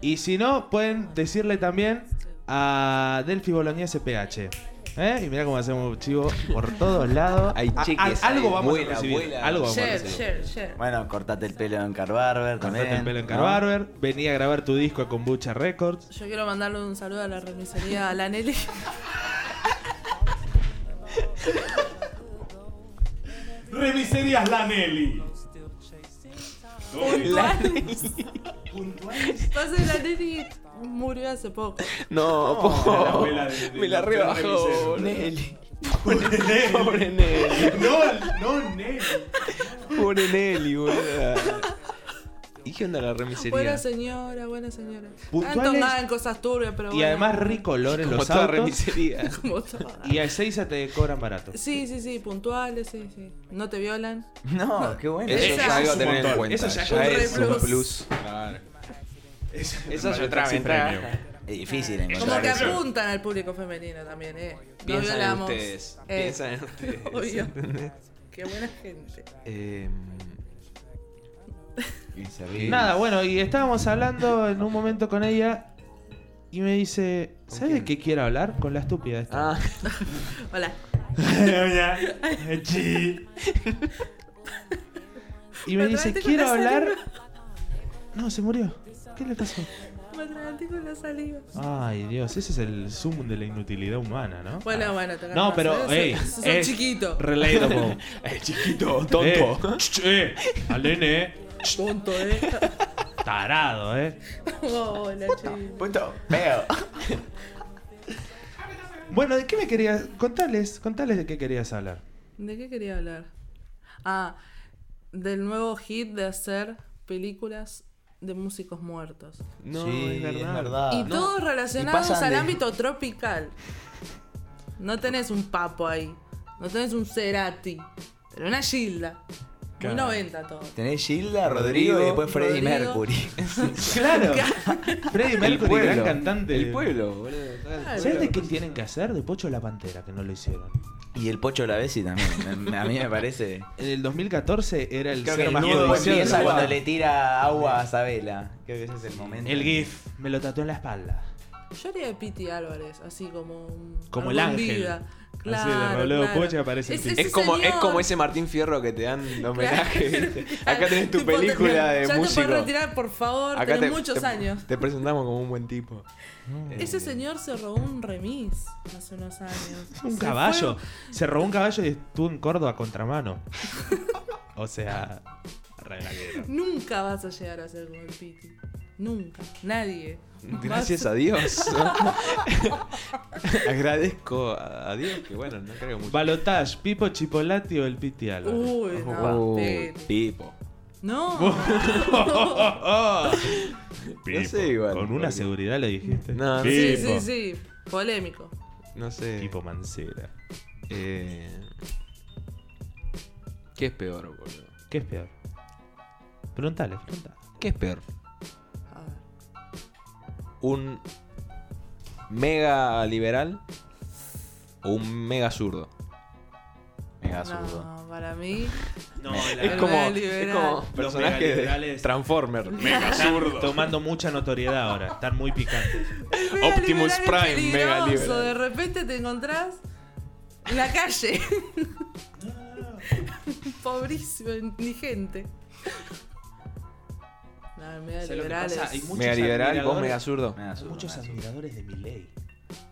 Y si no, pueden decirle también a Delphi Bolognese PH. ¿Eh? Y mira cómo hacemos chivo por todos lados. Hay A- a- cheques algo ahí, vamos vuela, a recibir. vuela. Algo vamos a Share, recibir. share, share. Bueno, cortate el pelo en Carbarber también. Cortate el pelo en ¿no? Carbarber. Vení a grabar tu disco a Kombucha Records. Yo quiero mandarle un saludo a la remisería a la Nelly. Remiserías Lanelli. Pasa que la Nelly murió hace poco. No, po. la abuela de- de me la la rebajó. Perla boludo. Pobre Nelly. No, no Nelly. Pobre Nelly, boludo. ¿Y qué onda la remisería? Buena señora, buena señora. Puntuales. Tanto nada en cosas turbias, pero Y bueno, además ricolor en Como los toda autos. [LAUGHS] remisería. como todo. Y a Ezeiza te cobran barato. Sí, sí, sí, puntuales, sí, sí. No te violan. [LAUGHS] No, qué bueno. Eso Esa- ya algo a tener en montón. cuenta. Eso ya es un es re un plus. plus. Eso es otra Taxi ventaja. premium. Es difícil Como encontrar que eso. apuntan al público femenino también, eh. No Piensan en violamos. ustedes. Eh, Piensan en [LAUGHS] ustedes. obvio. ¿entendés? Qué buena gente. Eh, Y se ríe. Nada, bueno, y estábamos hablando en un momento con ella y me dice, ¿sabes de quién? qué quiero hablar? Con la estúpida esta. [LAUGHS] ah, Hola. Hola. Sí. y me Me dice, trataste con quiero la hablar... saliva. No, se murió. ¿Qué le pasó? Me atraganté con la saliva. Ay, Dios, ese es el zoom de la inutilidad humana, ¿no? Ah. Bueno, bueno, te No, calmas, pero, eh, ey, sos- sos es chiquito. [LAUGHS] Relatable. el chiquito, Eh, tonto. ch, eh, al nene, eh, Tonto, [LAUGHS] eh. [LAUGHS] tarado, eh. Oh, hola, chico. Punto. [LAUGHS] Veo. Bueno, ¿de qué me querías? Contales, contales de qué querías hablar. ¿De qué quería hablar? Ah, del nuevo hit de hacer películas de músicos muertos. No, Sí, es verdad. y todos Y relacionados pasan al de- ámbito tropical. No tenés un papo ahí. No tenés un Cerati. Pero una Gilda. Muy Claro. 90 todo. Tenés Gilda, Rodrigo, Rodrigo y después Freddie Rodrigo. Mercury. [LAUGHS] [LAUGHS] [LAUGHS] Claro. Freddy Mercury, pueblo. gran cantante El de- pueblo, boludo. ¿Sabes de qué tienen que hacer? De Pocho la Pantera, que no lo hicieron. Y el Pocho la Bessi también. me- A mí me parece. En el 2014 era el Creo que ser el más nudo codiciado del empieza lugar. cuando le tira agua a Sabela. Creo que ese es el momento. El GIF me lo tatuó en la espalda. Yo haría de Piti Álvarez, así como un- Como algo el en ángel. vida. Así, de Claro, Robledo claro. Poche aparece el Ese- Piti. ese Es como, es señor. como ese Martín Fierro que te dan el [LAUGHS] homenaje. ¿viste? Acá tenés tu Tipo, película te- de ya músico. te puedes retirar, por favor, Acá tenés muchos años. Te presentamos como un buen tipo. Eh, Ese señor se robó un remis hace unos años. Un Se caballo. fue- Se robó un caballo y estuvo en Córdoba a contramano. o sea, regalero. Nunca vas a llegar a ser como el Piti. Nunca. Nadie. Gracias a Dios. [LAUGHS] Agradezco a a Dios que bueno, no creo mucho. Balotage, Pipo Chipolati o el Piti Álvarez. Uy, no. Oh, Piti. tipo. [LAUGHS] No. No sé igual. Oh. Con una porque- seguridad lo dijiste. No, no [LAUGHS] Sí, sé. Pipo. sí, sí. Polémico. No sé. Tipo Mancera. Eh, ¿Qué es peor, boludo? ¿Qué es peor? Preguntale, preguntale. ¿Qué es peor? A ver. ¿Un mega liberal o un mega zurdo? Ah, Mega zurdo. No, para [LAUGHS] mí. No, Es El como, mega es liberal. como Los personaje de megaliberales. Transformer. Mega zurdo. Tomando mucha notoriedad ahora. Están muy picantes. Mega Optimus liberal es Prime, mega peligroso. liberal. De repente te encontrás en la calle. [LAUGHS] Pobrísimo, indigente. No, el mega ¿Sabes lo que liberal pasa? Hay es- muchos Mega liberal, vos admiradores- mega zurdo. Mega zurdo, Muchos mega zurdo. admiradores de Miley.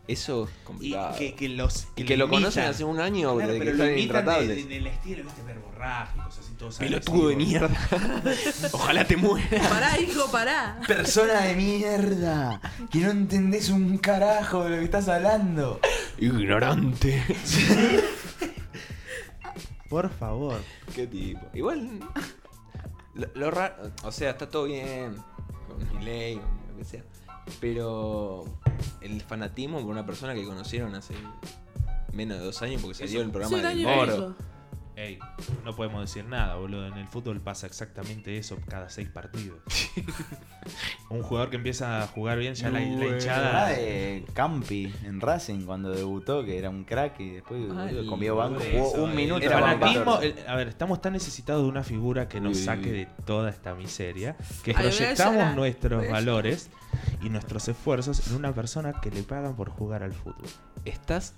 Eso es Ah. Y complicado. que, que los Y que lo imitan. conocen hace un año Claro, desde que pero lo están imitan de- de- intratables. en el estilo, viste, verborrágicos, así todos Pelotudo de agresivos. mierda. [LAUGHS] Ojalá te mueras. Pará, hijo, pará. Persona de mierda. Que no entendés un carajo de lo que estás hablando. Ignorante. Por favor. Qué tipo. Igual. Lo, lo raro. O sea, está todo bien. Con mi ley, con lo que sea. Pero. El fanatismo por una persona que conocieron hace menos de dos años porque salió el Sí, programa un del año y Moro. pico. Ey, no podemos decir nada, boludo. En el fútbol pasa exactamente eso cada seis [LAUGHS] partidos. un jugador que empieza a jugar bien, ya la, la hinchada. La de Campi en Racing cuando debutó, que era un crack y después Ay, comió banco. Por jugó eso, un el minuto. el era banco. fanatismo, el- a ver, estamos tan necesitados de una figura que nos Uy. saque de toda esta miseria que Ay, voy a proyectamos llorar. nuestros Voy a valores y nuestros esfuerzos en una persona que le pagan por jugar al fútbol. Estás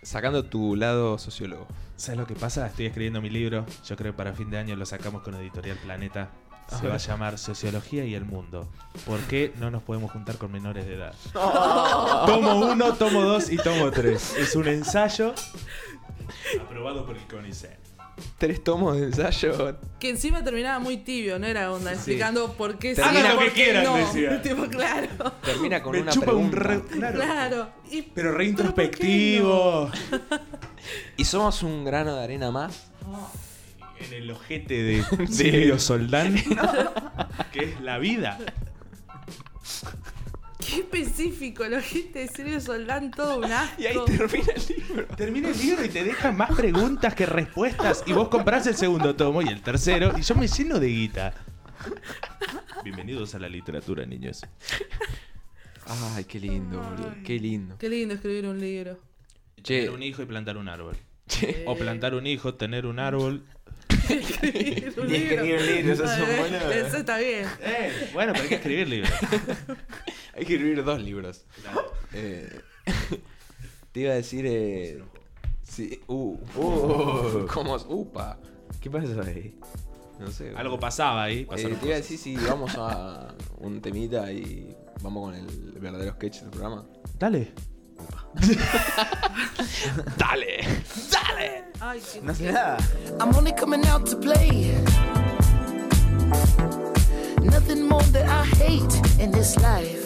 sacando tu lado sociólogo. ¿Sabes lo que pasa? Estoy escribiendo mi libro. Yo creo que para fin de año lo sacamos con Editorial Planeta. Se va a llamar Sociología y el Mundo. ¿Por qué no nos podemos juntar con menores de edad? Tomo uno, tomo dos y tomo tres. Es un ensayo aprobado por el CONICET. Tres tomos de ensayo. Que encima terminaba muy tibio, no era onda, explicando por qué Hagan lo por que qué quieran, no. decía. [LAUGHS] Tipo, claro. Termina [LAUGHS] con Me una chupa un pregunta. re- [LAUGHS] claro. Claro. Y- Pero re ¿por qué introspectivo. ¿Y somos un grano de arena más? no? en el ojete [LAUGHS] de Delio [LAUGHS] Soldán, que es la vida. Qué específico, la gente de Silvio Soldán, todo un asco. Y ahí termina el libro. Termina el libro y te deja más preguntas que respuestas. Y vos comprás el segundo tomo y el tercero. Y yo me lleno de guita. Bienvenidos a la literatura, niños. Ay, qué lindo, boludo. Qué lindo. Qué lindo escribir un libro. Che. Tener un hijo y plantar un árbol. Eh. Che, [LAUGHS] O plantar un hijo, tener un árbol. [LAUGHS] Escribir un Y escribir un libro, eso es un Vale, boludo. [LAUGHS] Eso está bien. Eh, bueno, pero hay que escribir libros. hay que escribir dos libros. Eh, [LAUGHS] te iba a decir. Eh, sí. Uh, uh, [LAUGHS] ¿Cómo? es? Upa. ¿Qué pasó ahí? No sé. Algo pasaba ahí. Eh, pasaron te iba a cosas. decir si vamos a un temita y vamos con el verdadero sketch del programa. Dale. ¡Dale! Ay, qué No sé nada. I'm only coming out to play. Nothing more that I hate in this life.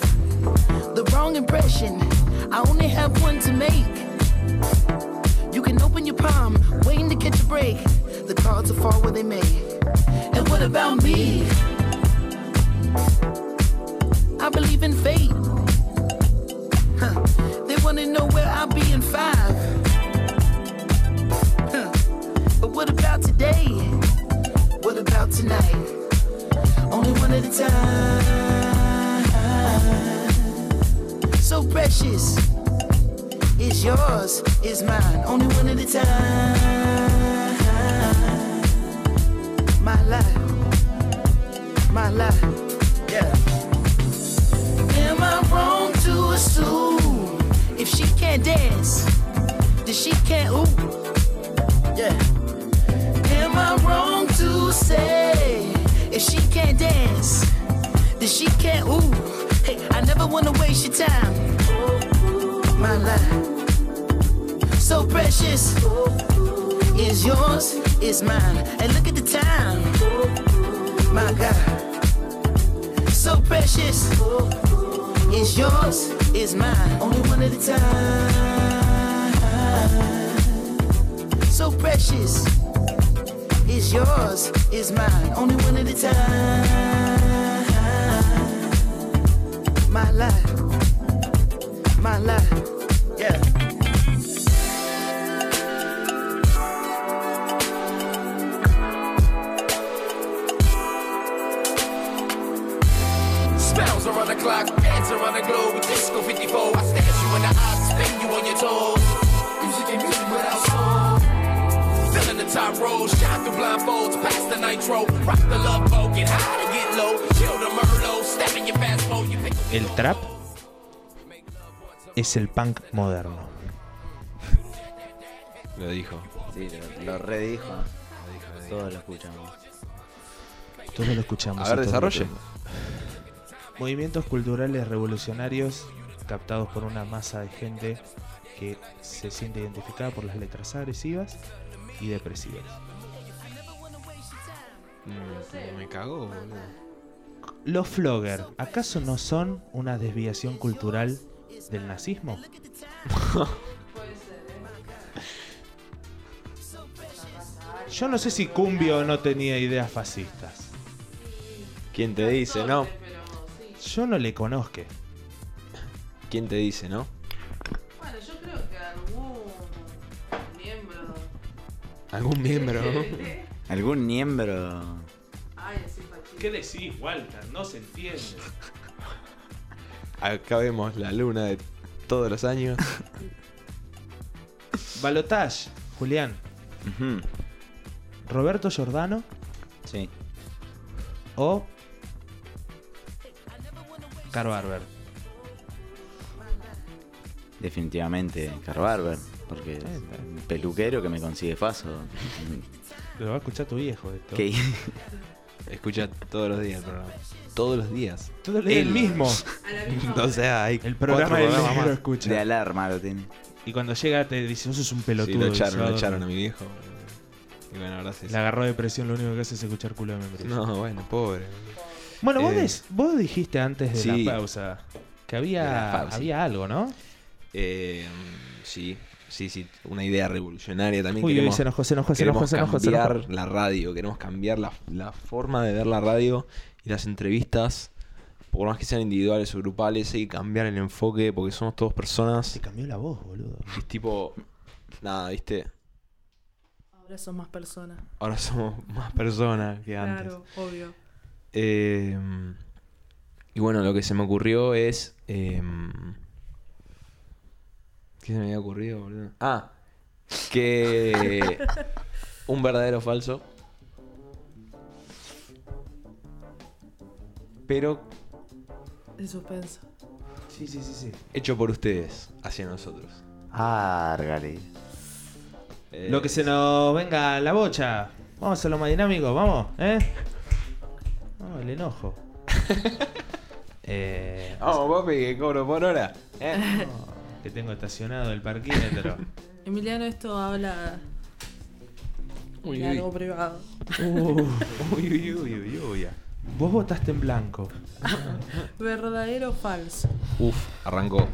The wrong impression, I only have one to make. You can open your palm, waiting to catch a break. The cards will fall where they may. And what about me? I believe in fate. Huh. They wanna know where I'll be in five. Huh. But what about today? What about tonight? Only one at a time. So precious is yours, is mine. Only one at a time. My life, my life, yeah. Am I wrong to assume if she can't dance, then she can't ooh? Yeah. Am I wrong to say if she can't dance, then she can't? Ooh, hey, I never wanna waste your time. My life, so precious, is yours, is mine, and look at the time. My God, so precious, is yours, is mine, only one at a time so precious. It's yours, it's mine, only one at a time. My life, my life, yeah. Smells around the clock, pants around the globe, disco 54. I stare at you in the eyes, spin you on your toes. Music and music without song. Filling the top row, shine through blindfolds, past the nitro. Rock the love boat, get high to get low. Chill the Merlot, step in your fast mode, you pick El trap es el punk moderno. Lo dijo. Sí, lo, lo redijo. Todos lo escuchamos. Todos lo escuchamos. A ver, y todos lo desarrolle. tenemos. Movimientos culturales revolucionarios captados por una masa de gente que se siente identificada por las letras agresivas y depresivas. me cago, boludo. Los flogger, ¿acaso no son una desviación cultural del nazismo? [LAUGHS] Yo no sé si Cumbio no tenía ideas fascistas. ¿Quién te dice, no? Yo no le conozco. ¿Quién te dice, no? Bueno, yo creo que algún miembro. Algún [LAUGHS] miembro. ¿Algún miembro? Ay, sí, ¿Qué decís, Walter? No se entiende. Acá vemos la luna de todos los años. Balotage, Julián. Roberto Giordano Sí. o Caro Barber. Definitivamente Carbarber. Porque es un peluquero que me consigue faso. Lo va a escuchar tu viejo esto. Que- Escucha todos los días el programa. Todos los días. Todo el Él. [LAUGHS] mismo. A la misma O sea, hay El programa cuatro del programas negro más. escucha. de alarma lo tiene. Y cuando llega te dice, vos sos un Sí, pelotudo. lo y se echaron, va lo dormir. echaron a mi viejo. Y bueno, ahora sí. Le agarró depresión, lo único que hace es escuchar culo de membrillo. No, bueno, pobre. Bueno, vos, Eh. des- vos dijiste antes de Sí. la pausa que De había, la pausa. había algo, ¿no? Eh, sí, sí, sí, una idea revolucionaria también. Uy, uy, queremos se enojó, se enojó, se queremos enojó, se enojó, se enojó. cambiar la radio, queremos cambiar la, la forma de ver la radio y las entrevistas, por más que sean individuales o grupales, hay que cambiar el enfoque porque somos todos personas. Se cambió la voz, boludo. Es tipo, nada, viste, Ahora son más personas. ahora somos más personas que antes. Claro, obvio. Eh, y bueno, lo que se me ocurrió es. eh, ¿Qué se me había ocurrido, boludo? Ah, [LAUGHS] que. un verdadero o falso. Pero El suspenso. Sí, sí, sí, sí. hecho por ustedes, hacia nosotros. Árgale. Eh, Lo que se nos venga a la bocha. Vamos a hacerlo más dinámico, vamos, ¿eh? No, el enojo. eh, [LAUGHS] Vamos, papi, que cobro por hora. [LAUGHS] eh. que tengo estacionado el parquímetro. Emiliano, esto habla Uy, de uy. algo privado. Uy, uy, uy, uy, uy. Vos votaste en blanco. ¿Verdadero o falso? Uf, arrancó.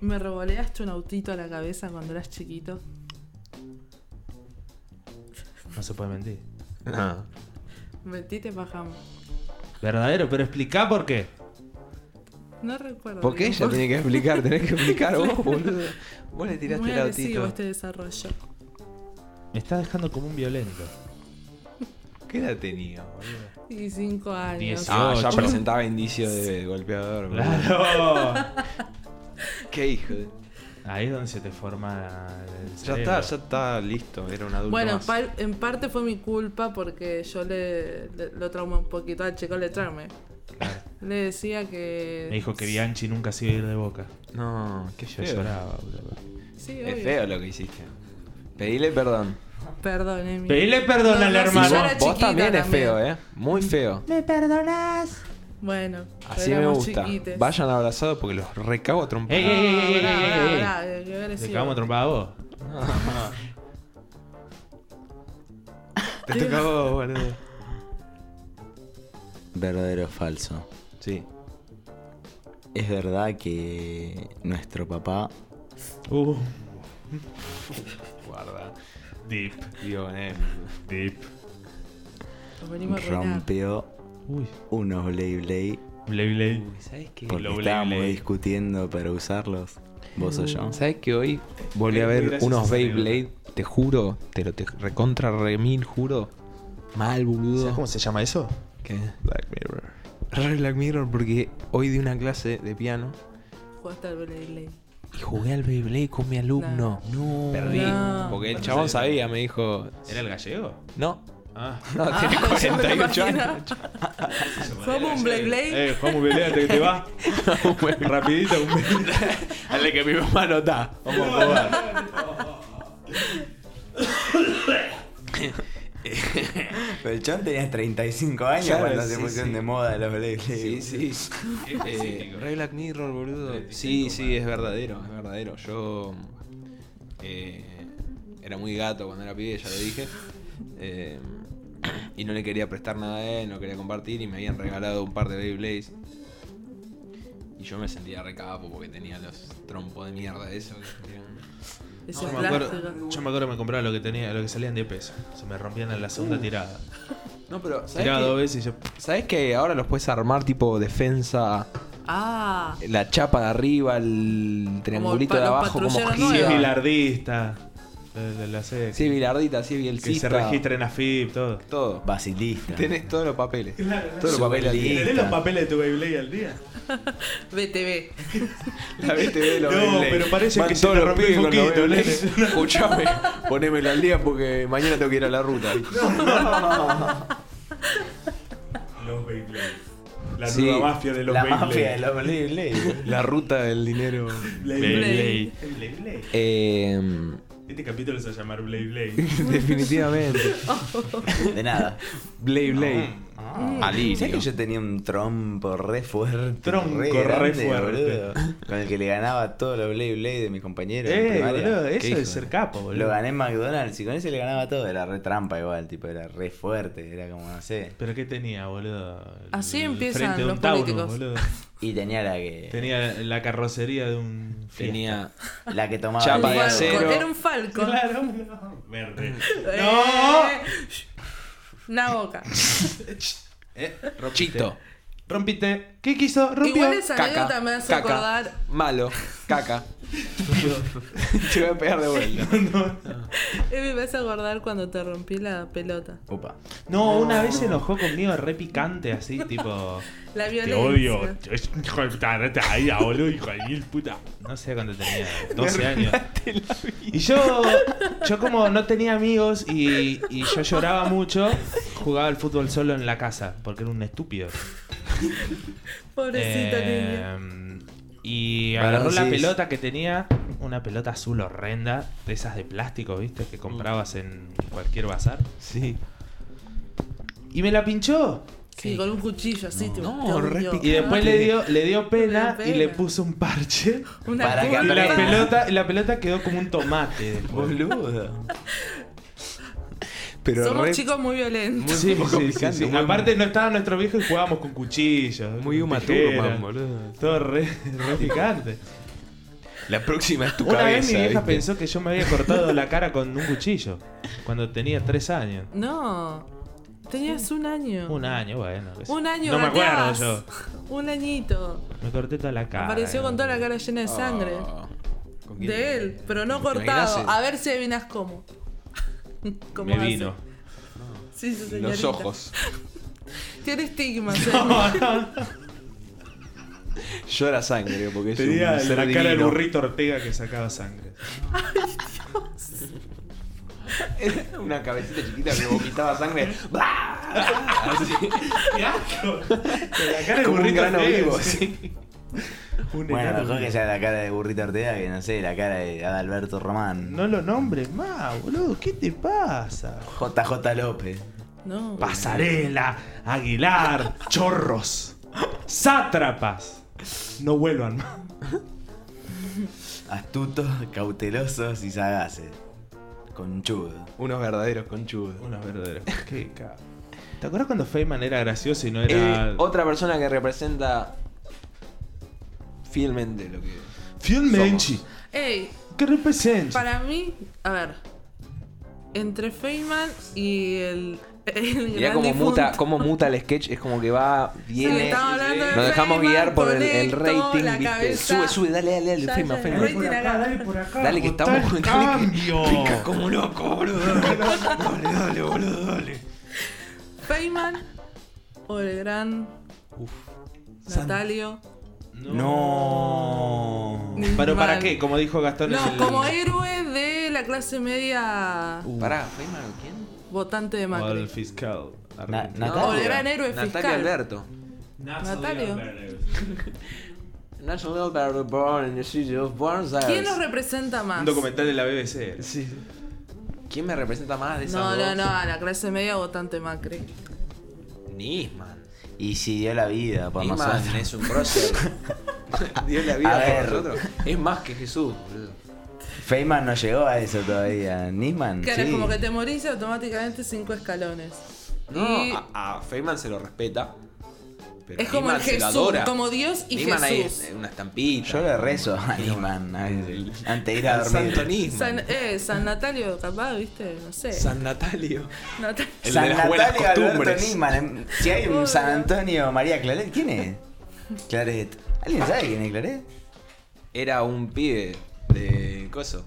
¿Me revoleaste un autito a la cabeza cuando eras chiquito? No se puede mentir. Nada. Metiste bajamos. Verdadero, pero explica por qué. No recuerdo. ¿Por qué bien, ella porque tiene que explicar? Tenés que [LAUGHS] explicar vos, boludo. Vos le Muy tiraste el agresivo autito. este desarrollo. Me está dejando como un violento. ¿Qué edad tenía, boludo? Y cinco años. Dieciocho. Ah, ya presentaba indicio de golpeador. boludo. Claro. ¿Qué hijo? de- [LAUGHS] Ahí es donde se te forma el Ya cerebro. está, ya está listo. Era un adulto Bueno, más. par- en parte fue mi culpa porque yo le, le- lo traumé un poquito al chico le traumé. Le decía que... Me dijo que Bianchi nunca se iba a ir de boca. No, que yo Yo lloraba. lloraba, boludo. Sí, obvio. Es feo eh. lo que hiciste. Pedile perdón. Perdón, Emi. Pedile perdón al hermano. yo vos, era vos chiquita también es feo, ¿eh? Muy feo. Bueno, Así me éramos gusta. chiquites. Vayan abrazados porque los recago a trompar. Ey, ey, ey, ey, ey, ey, Ah, pará, ey, ey. pará, eh, qué ¿Te agresivo. cagamos trompada vos? Te toca a vos, boludo. Verdadero o falso. Sí. Es verdad que nuestro papá Uh, Guarda. deep, Dios, eh. deep. Nos venimos a arruinar. rompió Uy, unos Blade Blade Blay Blay. ¿Sabes qué? Por- porque Los Blade estábamos Blade. discutiendo para usarlos. Vos o yo. ¿Sabes que hoy volví a ver Gracias a unos esa Beyblade? Te juro, te lo te recontra remil, juro. Mal, boludo. se llama eso? ¿Qué? Black Mirror. Re Black Mirror porque hoy di una clase de piano Jugaste al Blade [LAUGHS] Blade. y jugué al Beyblade con mi alumno. No. Perdí. No. Porque el chabón sabía, me dijo. ¿Era el gallego? [LAUGHS] No. Ah. No, tiene [LAUGHS] yo me 48 imagino. años. Jugamos un Blade Blade. Eh, Juan, Blay, antes que te [LAUGHS] va. [LAUGHS] Rapidito, un Dale que mi mamá no está. Vamos a [LAUGHS] Eh, jugar. Pero el chon tenía 35 años Claro, cuando se sí, pusieron sí. de moda los Blade Blade. Sí, sí. Eh, Re Black Mirror, boludo. Sí, sí, es verdadero, es verdadero. Yo eh, era muy gato cuando era pibe, ya lo dije. Eh, y no le quería prestar nada a él, no quería compartir y me habían regalado un par de Beyblades. Y yo me sentía re capo porque tenía los trompos de mierda eso. Ese Yo me, acuerdo, plástico. yo me acuerdo que me compraba lo que tenía, lo que salían de peso. Se me rompían en la segunda tirada. No, pero Tiraba dos ¿sabes veces y yo. que, ¿sabes que ahora los puedes armar tipo defensa? Ah, La chapa de arriba, el triangulito pa- de los abajo, como patrulleros Sí, nuevos. es gira. bilardista. De, de la sec. Sí, bilardita, sí, que bielcita. se registra en AFIP, todo. Todo. Basilista. Tenés todos los papeles. Todos los Super papeles. al día. lindo. ¿Tenés los papeles de tu Beyblade al día? BTV. La BTV, los No, Beyblade. pero parece Van que se todos te los rompió pibes un con los poquito, Beyblade. nene. [LAUGHS] Escuchame, ponémelo al día porque mañana tengo que ir a [LAUGHS] la ruta. Los Beyblade. La Sí, nueva mafia de los la Beyblade. mafia de los Blade [LAUGHS] Blade. La ruta del dinero. Beyblade. El Beyblade. [LAUGHS] Eh, Este capítulo se va a llamar Blade Blade. definitivamente. De nada. Blade Blade. Ah, ¿Sabes que yo tenía un trompo re fuerte? Tronco re fuerte. boludo? con el que le ganaba a todos los Blade Blade de mis compañeros. de Eh, primaria. boludo, Qué eso hijo es de- ser capo, Lo boludo. gané en McDonald's y con ese le ganaba todo. Era re trampa igual, tipo, era re fuerte. Era como, no sé. Pero ¿qué tenía, boludo? El- Así el empiezan frente de un los Taurus, [LAUGHS] políticos. Eh. boludo. Y tenía la que. Tenía la carrocería de un. Tenía. La que tomaba. Chapa el de Diego. acero. Era un falco. Claro, no. Verde. Eh, Una boca. Chito. Rompiste. ¿Qué quiso? Rompió. Igual esa anécdota Caca. me hace Caca. acordar. Malo. [LAUGHS] Caca. Te voy a pegar de vuelta. eh, Me hace acordar cuando te rompí la pelota. Upa. No, una vez se enojó conmigo re picante, así, [LAUGHS] tipo. La Te violencia. odio. Hijo de puta, no te vayas, boludo, hijo de mil puta. No sé cuánto [LAUGHS] tenía, 12 años. Y yo, yo como no tenía amigos y, y yo lloraba mucho, jugaba al fútbol solo en la casa, porque era un estúpido. Pobrecita Eh, niña. Y agarró la Varoncís. pelota que tenía, una pelota azul horrenda, de esas de plástico, ¿viste? Que comprabas en cualquier bazar. Sí. Y me la pinchó. Sí, con un cuchillo así. te- No, te re hundió. picante. Y después le dio, le dio pena Me dio y le pena. puso un [LAUGHS] parche. Una Para que Y curva. la Pena. pelota, y la pelota quedó como un tomate. después. Boludo. Pero Somos re- chicos muy violentos. Sí, poco sí, sí, picante, sí. muy- Aparte no estaba nuestro viejo y jugábamos con cuchillos. Muy con Uma tijeras. Thurman, boludo. Todo re, re picante. La próxima es tu Una cabeza. vez mi vieja ¿viste? pensó que yo me había cortado la cara con un cuchillo. Cuando tenía tres años. No. Tenías un año. Un año, bueno. qué sé. Un año No me acuerdo gateabas. yo. [LAUGHS] Un añito. Me corté toda la cara. eh. Apareció con toda la cara llena de sangre. Oh, Ah. ¿Con quién? De él, pero no ¿Te imaginas cortado. el- A ver si adivinas cómo. [LAUGHS] ¿Cómo Me hace? vino. Sí, sí, señorita. Los ojos. Tiene estigma. señor. [LAUGHS] Llora sangre porque es Tenía un ser la cara del divino. burrito Ortega que sacaba [LAUGHS] sangre. Era Una cabecita chiquita que vomitaba sangre. Así. ¡Qué asco! La cara del Como un burrito grano Ortega, vivo, sí. sí. [LAUGHS] Un Bueno, enano mejor que vivo. sea la cara de Burrito Ortega que no sé, la cara de Adalberto Román. No lo nombres más, boludo. ¿Qué te pasa? JJ López. [LAUGHS] No. Pasarela, Aguilar, Chorros, Sátrapas. No vuelvan más. Astutos, cautelosos y sagaces. Conchudo. Unos verdaderos conchudos. Unos verdaderos. Qué ca- ¿Te acuerdas cuando Feynman era gracioso y no era. Eh, oh, otra persona que representa fielmente lo que. Fiel Menchi. Ey, ¿Qué representa? para mí, a ver. Entre Feynman y el. el Mirá gran cómo muta, difunto. cómo muta el sketch, es como que va, Sí, viene. estaba hablando de Nos dejamos Feynman, guiar por el, el conecto, rating, la ¿viste? cabeza. Sube, sube, dale, dale, dale, Ya, Feynman, ya, Feynman. el rating acá. por acá. Dale que botá estamos el dale que- cambio. Pica como loco, boludo. Dale, dale, boludo, dale. Feynman o el gran. Natalio. No. ¿Pero para Mal. qué? Como dijo Gastón en No, el- como héroe de la clase media Pará, Feynman, ¿quién? votante de O Macri. el fiscal. Na- argentino. Natalio. O el gran héroe Natalia fiscal. Alberto. Natalio. National Alberto Born in the City of Buenos Aires. ¿Quién los representa más? Un documental de la BBC. Sí. ¿Quién me representa más de esas No, no, dos? no, a la clase media votante Macri. Nisman. Y si dio la vida por Nisman nosotros. es un [LAUGHS] prócer. Dio la A vida ver. por nosotros. Es más que Jesús, boludo. Feynman no llegó a eso todavía. Nisman. Que ahora es sí. como que te morís y automáticamente cinco escalones. No, Y a, a Feynman se lo respeta. pero es como el Nisman se lo Jesús, adora. como Dios y Nisman ahí Jesús. es una estampita. Yo le rezo a Nisman a veces, antes de ir a Al Santo dormir. Nisman. San, eh, San Natalio, capaz, viste, no sé. San Natalio. Natal- El San de las buenas Natalio Alberto costumbres. Nisman. em, Si hay un San Antonio María Claret, ¿quién [LAUGHS] es? Claret. ¿Alguien sabe quién es Claret? Era un pibe de coso.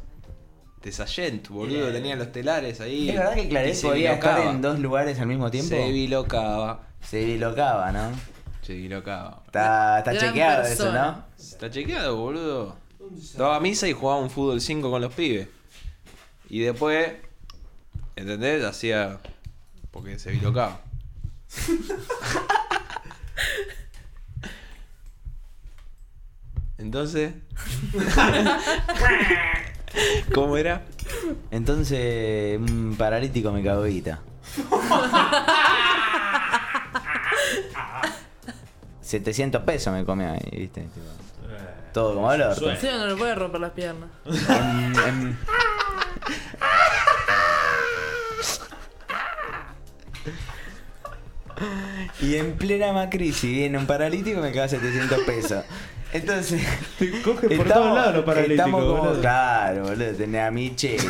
De Sayent, boludo, tenía los telares ahí. ¿Es verdad que Y Claret se podía estar bilocaba. en dos lugares al mismo tiempo? Se bilocaba. Se bilocaba, ¿no? Se bilocaba. Está, está Gran chequeado persona. eso, ¿no? Está chequeado, boludo. Daba misa y jugaba un fútbol 5 con los pibes. Y después, ¿entendés? Hacía. Porque se bilocaba. Entonces. [LAUGHS] ¿Cómo era? Entonces, un paralítico me cago [LAUGHS] guita. [LAUGHS] $700 pesos me comía ahí, ¿viste? Tipo, Eh. Todo como el orto. Sí, no le puede romper las piernas. Em, em, Y en plena Macri, si viene un paralítico, me queda 700 pesos. Entonces. Te coge [LAUGHS] por todos lados los paralíticos. Estamos como, boludo. claro, boludo, tenés a Michetti. [LAUGHS]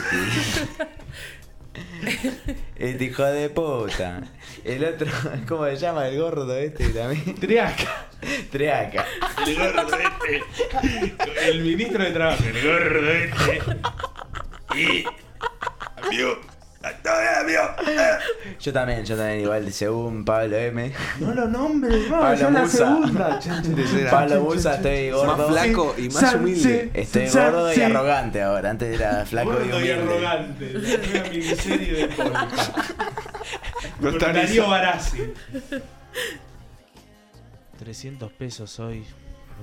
este hijo de puta. El otro, [LAUGHS] ¿cómo se llama? El gordo este también. [LAUGHS] Triaca. Triaca. El gordo este. El ministro de trabajo. El gordo este. Y. Amigo. Está bien, amigo. Yo también, yo también, igual, según Pablo M. No lo nombres, no, Pablo yo Ah, la Musa. [LAUGHS] segunda. Pablo Busa, estoy gordo. Más flaco y más Sí, humilde. sí, Estoy sí, gordo y sí. arrogante ahora. Antes era flaco y Gordo y humilde. arrogante. [LAUGHS] Una miniserie de podcast. No Con está ni Darío sa- Barassi. 300 pesos hoy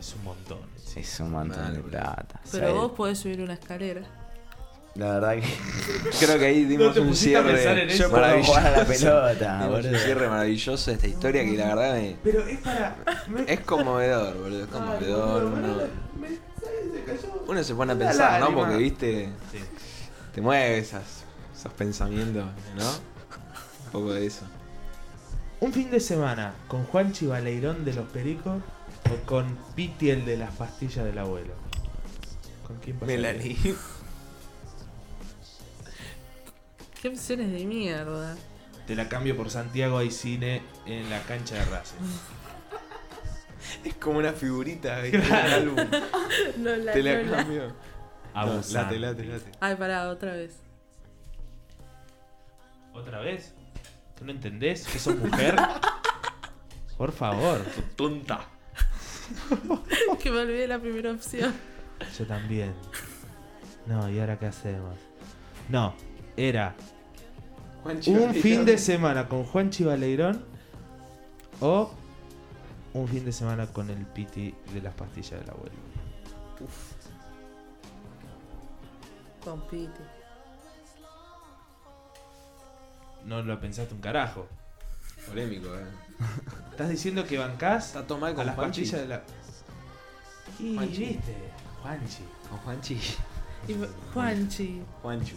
es un montón. Es un montón Mal, de boludo. plata. Pero ¿sabes? vos podés subir una escalera. La verdad que. Creo que ahí dimos te un pusiste a pensar en cierre eso. Para maravilloso. jugar a la pelota, Dimos un Ah, boludo. cierre maravilloso de esta historia que la verdad me- Pero es para. me- es conmovedor, boludo. Es Ay, conmovedor. boludo, Uno, me- ¿sabes? Se cayó. uno se pone a Una pensar, ¿no? lágrima. Porque viste, Sí. te mueve esas, esos pensamientos, ¿no? Un poco de eso. Un fin de semana con Juan Chivaleirón de los Pericos o con Piti el de las pastillas del abuelo. ¿Con quién pasaría? Melanie. Qué opciones de mierda. Te la cambio por Santiago hay cine en la cancha de Racing. [LAUGHS] Es como una figurita, ¿viste? En el álbum. No, la, Te la cambio. No, Abusante. late, late, late. Ay, pará, otra vez. ¿Otra vez? ¿Tú no entendés que sos [LAUGHS] mujer? Por favor. Tonta. que me olvidé la primera opción. Yo también. No, ¿y ahora qué hacemos? No, era un fin de semana con Juan Chivaleirón o un fin de semana con el Piti de las pastillas del abuelo. Con Piti. No lo pensaste un carajo. Polémico, eh. Estás diciendo que bancás Está todo mal a con las Juanchi. pastillas de la... Y Juanchi. viste, Juanchi. Con Juanchi. Y Juanchi. Juanchu.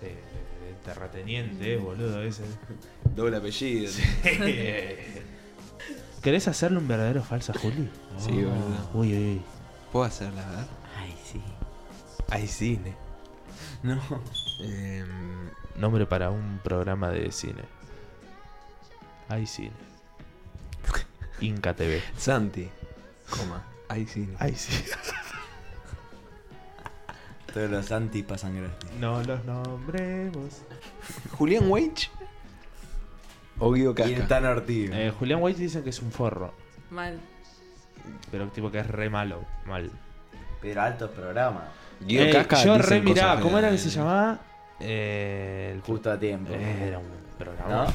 Sí, eh, terrateniente, eh, Mm. boludo, [LAUGHS] ese. Doble apellido. ¿Querés hacerle un verdadero falso a Juli? Sí, boludo. Uy, uy, uy. ¿Puedo hacerla, verdad? Ay, sí. [LAUGHS] Hay cine. No. Eh, Em, Nombre para un programa de cine. Hay [LAUGHS] cine. Inca TV. Santi. Coma. Hay cine. Hay cine. Todos los anti pasan gratis. [LAUGHS] No los nombremos. Julián Weich. O Guido Y el Casca. Tan Ortiz. Eh, Julián White dicen que es un forro, Mal. pero tipo que es re malo. Mal. Pero altos programas. Guido Ey, Casca. yo dicen re miraba, cosas ¿cómo era que feas. se llamaba? Eh, el Justo a tiempo. Eh, Era un programón.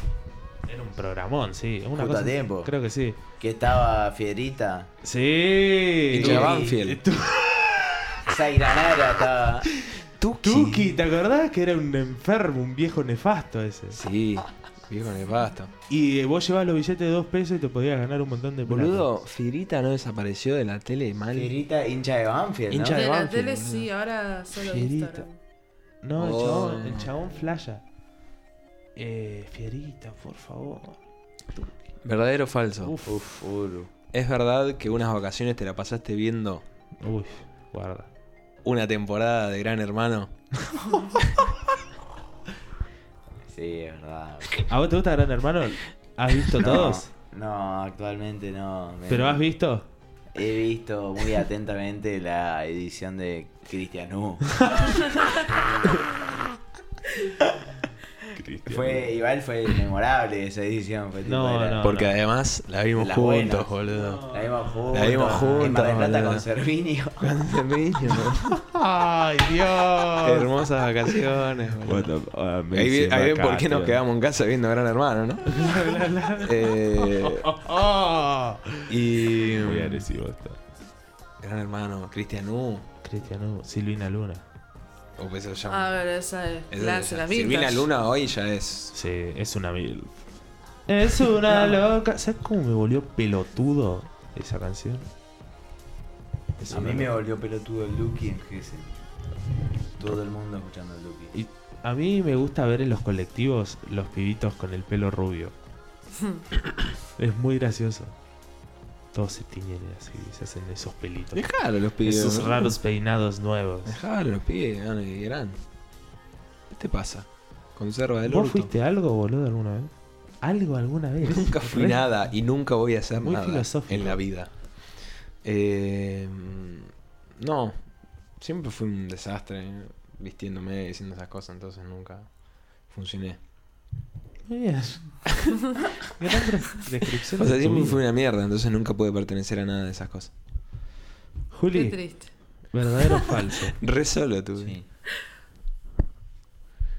Era un programón, sí. Una Justo cosa- a tiempo. Creo que sí. Que estaba Fierita. Sí. Hincha de Y- Banfield. Zairanara estaba. Tuki. Tuki, ¿te acordás que era un enfermo, un viejo nefasto ese? Sí. Viejo con el pasto. Y eh, vos llevabas los billetes de dos pesos y te podías ganar un montón de plata. Boludo, Firita no desapareció de la tele mal. Fierita, hincha de Banfield, ¿no? Hincha Ya de de la Banfield, tele boludo. sí, ahora solo Fierita. Instagram. No, el Oh. chabón, el chabón flasha. Eh, Fierita, por favor. ¿Verdadero o falso? Uf. Uf, Uru. ¿Es verdad que unas vacaciones te la pasaste viendo Uy, guarda. una temporada de Gran Hermano? Sí, es verdad. ¿A vos te gusta Gran Hermano? ¿Has visto No, todos? Eh. No, actualmente no. me- ¿Pero has visto? He visto muy atentamente la edición de Cristian U. fue, igual fue memorable esa edición. Fue tipo, No, era- no. Porque además la vimos Las juntos, buenas. boludo. La vimos juntos. La vimos juntos, En Mar del Plata boludo. con Servinio. [LAUGHS] Grande niño. [LAUGHS] ¡Ay, Dios! Hermosas vacaciones, boludo. Ahí, vi- ahí ven por qué nos quedamos en casa viendo Gran Hermano, [LAUGHS] ¿no? Eh, ¡Oh! y. Muy agresivo está. Gran Hermano, Cristian U. Cristiano, Silvina Luna. O pues se A llama. ver, esa es. Esa- la, esa- la Silvina vintage. Luna hoy ya es. Sí, es una mil. [LAUGHS] Es una loca. ¿Sabes cómo me volvió pelotudo esa canción? Es A una mí me loca. volvió pelotudo el Lucky en GS. Todo el mundo escuchando el Lucky. [COUGHS] Y a mí me gusta ver en los colectivos los pibitos con el pelo rubio. es muy gracioso. Todos se tiñen así, se hacen esos pelitos. Dejalo los pibes. Esos boludo. raros peinados nuevos. Dejalo los pibes, no, que gran. ¿Qué te pasa? Conserva el ¿Vos orto. fuiste algo, boludo, alguna vez? ¿Algo alguna vez? [LAUGHS] Nunca fui Re- nada y nunca voy a ser Muy nada filosófico. en la vida. Eh, no, siempre fui un desastre eh, vistiéndome y diciendo esas cosas, entonces nunca funcioné. Muy [LAUGHS] bien. Gran des- descripción. O sea, de tu siempre vida. fui una mierda, entonces nunca pude pertenecer a nada de esas cosas. Qué Juli, triste. [LAUGHS] verdadero o falso. Re solo tuve. Sí.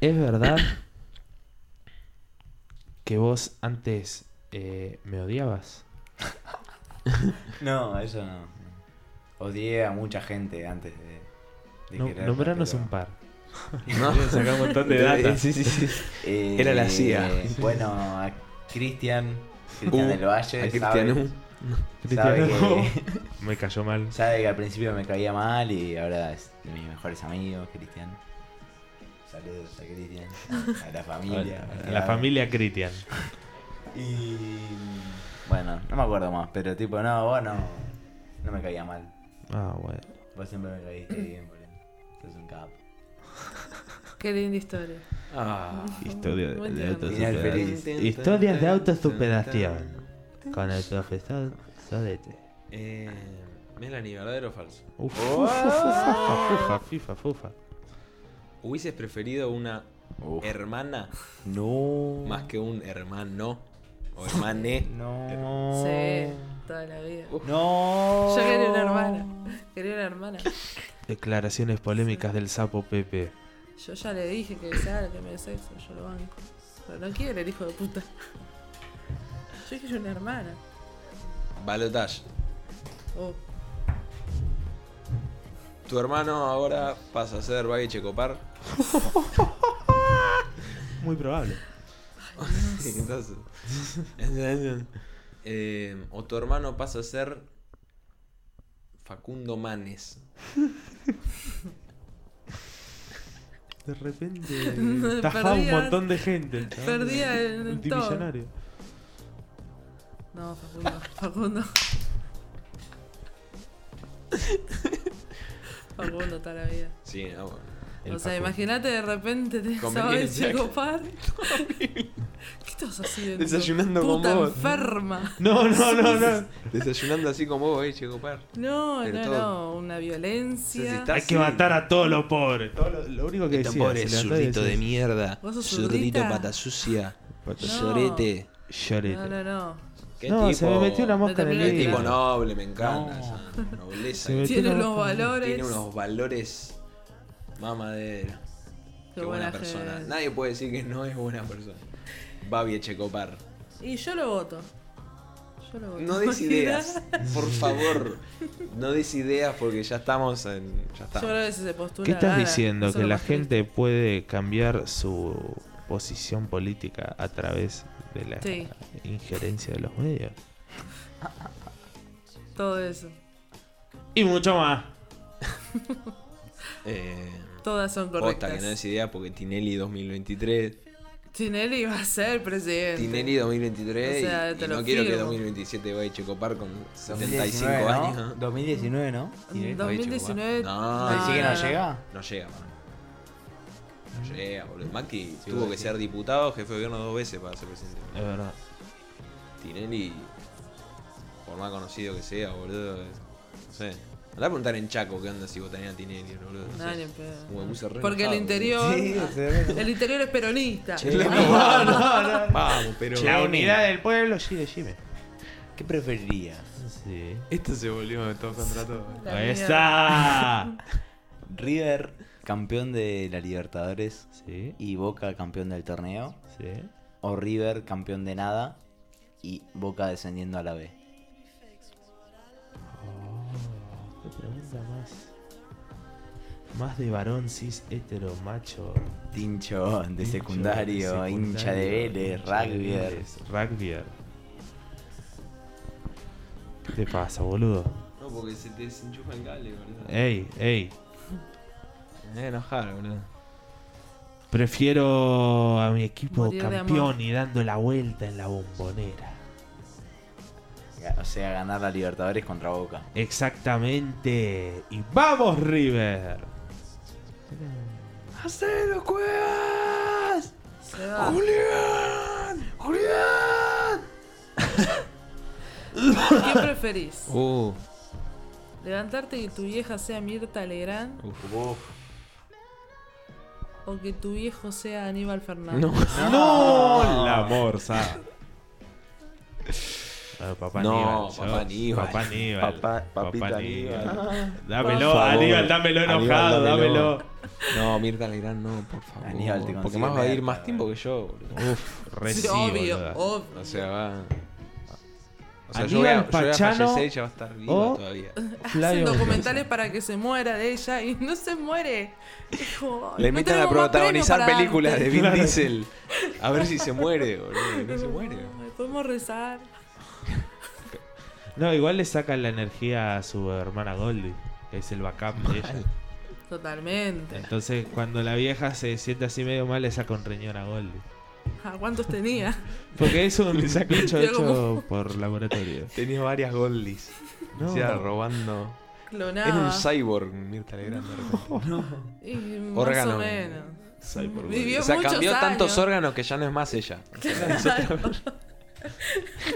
¿Es verdad que vos antes eh, me odiabas? No, eso no. Odié a mucha gente antes de. de No, quererla, nombranos pero- un par. [LAUGHS] No. Sacá un montón de Eh, data. [LAUGHS] Sí, sí, sí. Eh, Era la CIA. Bueno, a Cristian. Cristian Uh, del Valle. a sabe- Cristian uh. U. Cristiano, Sabe uh. me cayó mal. [LAUGHS] Sabe que al principio me caía mal y ahora es de mis mejores amigos, Cristian. Saludos a Cristian, a la [LAUGHS] familia. A La familia Critian. Y. Bueno, no me acuerdo más, pero tipo, no, vos no, no me caía mal. Ah, bueno. Vos siempre me caíste bien, boludo. Sos un capo. Qué linda historia. Ah. Historia de, Muy de tierno. Final autosuperación. feliz. Historias de autosuperación. Con el profesor Sodete. Eh, Melanie, ¿verdadero o falso? Uf, fufa, fufa, fufa, fifa, fufa. ¿Hubieses preferido una Uf. hermana? No. Más que un hermano. O hermane. No. Sí, toda la vida. No. Yo quería una hermana. Quería una hermana. Declaraciones polémicas del sapo Pepe. Yo ya le dije que sea lo que me dé sexo, yo lo banco. Pero no quiere el hijo de puta. Yo quiero una hermana. Balotage. Oh, Tu hermano ahora pasa a ser Baggy Checopar. [LAUGHS] Muy probable. Entonces, [LAUGHS] eh, o tu hermano pasa a ser Facundo Manes. De repente [LAUGHS] Me tajaba un perdía- montón de gente. el chabón. perdía en- en todo. Multimillonario. no, Facundo. Facundo. Facundo toda la vida. Sí, no, bueno. [LAUGHS] El o sea, Facundo. imagínate de repente te sabes Conveniencia. psicopar. ¿Qué estás haciendo? Desayunando con puta vos. enferma. No, no, no, no. Desayunando así como vos, Baggy Checopar. No, Pero no, todo- no. Una Sí, sí, violencia. está- Hay que matar a todos los pobres. Todo lo, lo único que decía. Este Pobre se levantó y zurdito de decía, mierda. ¿Vos sos Zurdito zurdita? pata sucia. Pata- Sorete. Llorete. No, no, no. ¿Qué No, tipo? se me metió una mosca en No el te Qué mira, hígado. tipo Claro. noble, me encanta esa nobleza. Se me- que Tiene Tiene unos unos- valores. Tiene unos valores mamadera. Qué, buena, persona. gente. Nadie puede decir que no es buena persona. Babi Checopar. Y yo lo voto. Yo lo voto. No des [LAUGHS] ideas, por favor. No des ideas porque ya estamos en. Ya Yo creo está. que si se postula. ¿Qué estás gana. diciendo? Eso Que es lo la más triste. gente puede cambiar su posición política a través de la Sí. injerencia de los medios. Todo eso. Y mucho más. Eh, Todas son posta correctas. que no des ideas porque Tinelli 2023. Tinelli va a ser presidente. Tinelli 2023 Este, O sea, y- te y lo no quiero que firmo. 2027 vaya a Checopar con 75 2019, ¿no? años. 2019, ¿no? En Babi 2019. Checopar. No, Ah. ¿Decís que no llega? no llega, man. No llega, boludo. Macri tuvo que ser diputado, jefe de gobierno dos veces para ser presidente. Es verdad. Tinelli, por más conocido que sea, boludo, es- no sé. Andá a preguntar en Chaco qué onda si votarían a Tinelli, boludo. No No, sé. ni en pedo. Como me puse re pues. Porque el enojado, interior. el interior es peronista. [LAUGHS] No, no, no. Vamos, pero. La unidad del pueblo, sí, decime. ¿Qué preferirías? Sí. Esto se volvió de todo contra todo. La Ahí mierda. está. River, campeón de la Libertadores Sí, y Boca, campeón del torneo. sí. O River, campeón de nada y Boca descendiendo a la B. Oh, qué pregunta más. Más de varón cis hetero macho. Tincho de secundario, Hincha hincha de Vélez, hincha de rugby. Vélez, rugbyer. ¿Qué te pasa, boludo? No, porque se te desenchufa Eh, el cable, boludo. Ey, ey. Me voy a enojar, boludo. Prefiero a mi equipo Morir de campeón amor. y dando la vuelta en la bombonera. O sea, ganar la Libertadores contra Boca. Exactamente. Y vamos, River. ¡Hacelo, cuevas! Se va. ¡Julián! ¡Julián! ¿Qué preferís? Uh, ¿Levantarte y que tu vieja sea Mirta Legrand Uf. o que tu viejo sea Aníbal Fernández? no. Ah, No, la morsa. Ah, Papá No, Aníbal, yo- papá Aníbal. Papá Aníbal. Papá- papita Dámelo, Por favor. Aníbal, dámelo Aníbal, enojado, dámelo. [LAUGHS] dámelo. No, Mirta Legrand, no, por favor. Aníbal, te Porque consigo más va a ir Mirta, eh. más tiempo que yo, boludo. Uf, Sí, recibo. obvio, obvio. O sea, va. O Aníbal Pachano fallecer, ella va a estar viva o- todavía. Hacen documentales para que se muera de ella y no se muere. Es como, Le no invitan a tenemos más protagonizar premio para películas darte. de Vin Diesel. A ver si se muere, boludo. y No se muere. Ay, Podemos rezar. No, igual le sacan la energía a su hermana Goldie, que es el backup de ella. Totalmente. Entonces, cuando la vieja se siente así medio mal, le saca un riñón a Goldie. Eh. ¿A Ah, cuántos tenía? Porque es un sacrificio Yo hecho por laboratorio. Tenía varias Goldies. No. Se iba robando. Era Clonaba. un cyborg, Mirta Legrand. de repente. Y más órgano. o menos. Cyborg [LAUGHS] Vivió O sea, muchos cambió tantos [LAUGHS] años. órganos que ya no es más ella.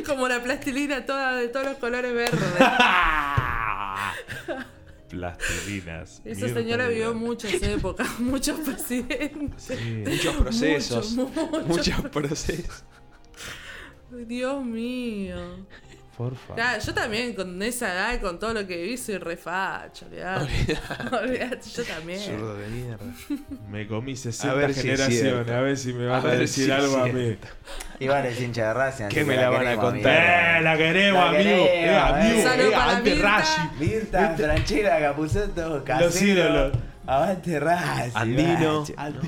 Como la plastilina toda de todos los colores verdes. [LAUGHS] Plastilinas. Esa señora vivió muchas épocas, [LAUGHS] muchos presidentes. [LAUGHS] Muchos [LAUGHS] procesos. Mucho, mucho. [LAUGHS] Muchos procesos. Dios mío. Por favor. Claro, yo también con esa edad y con todo lo que vi soy refacho, olvidate. [LAUGHS] Olvidate, yo también. Zurdo de mierda. Me comí 60 A ver si es generaciones. cierto. a ver si me van a, A ver decir si es algo a mí. cierto. Igual es hincha de Racing. así ¿Qué que me la van a queremos, contar? ¡Eh! amigo. La queremos, La amigo. queremos, Eh, amigo. eh. Saludos Eh, para ante Mirta. Rashi. Mirta, Franchera, Capuzoto, Casero. ídolos. Avante Racing. Andino. bacho. [LAUGHS]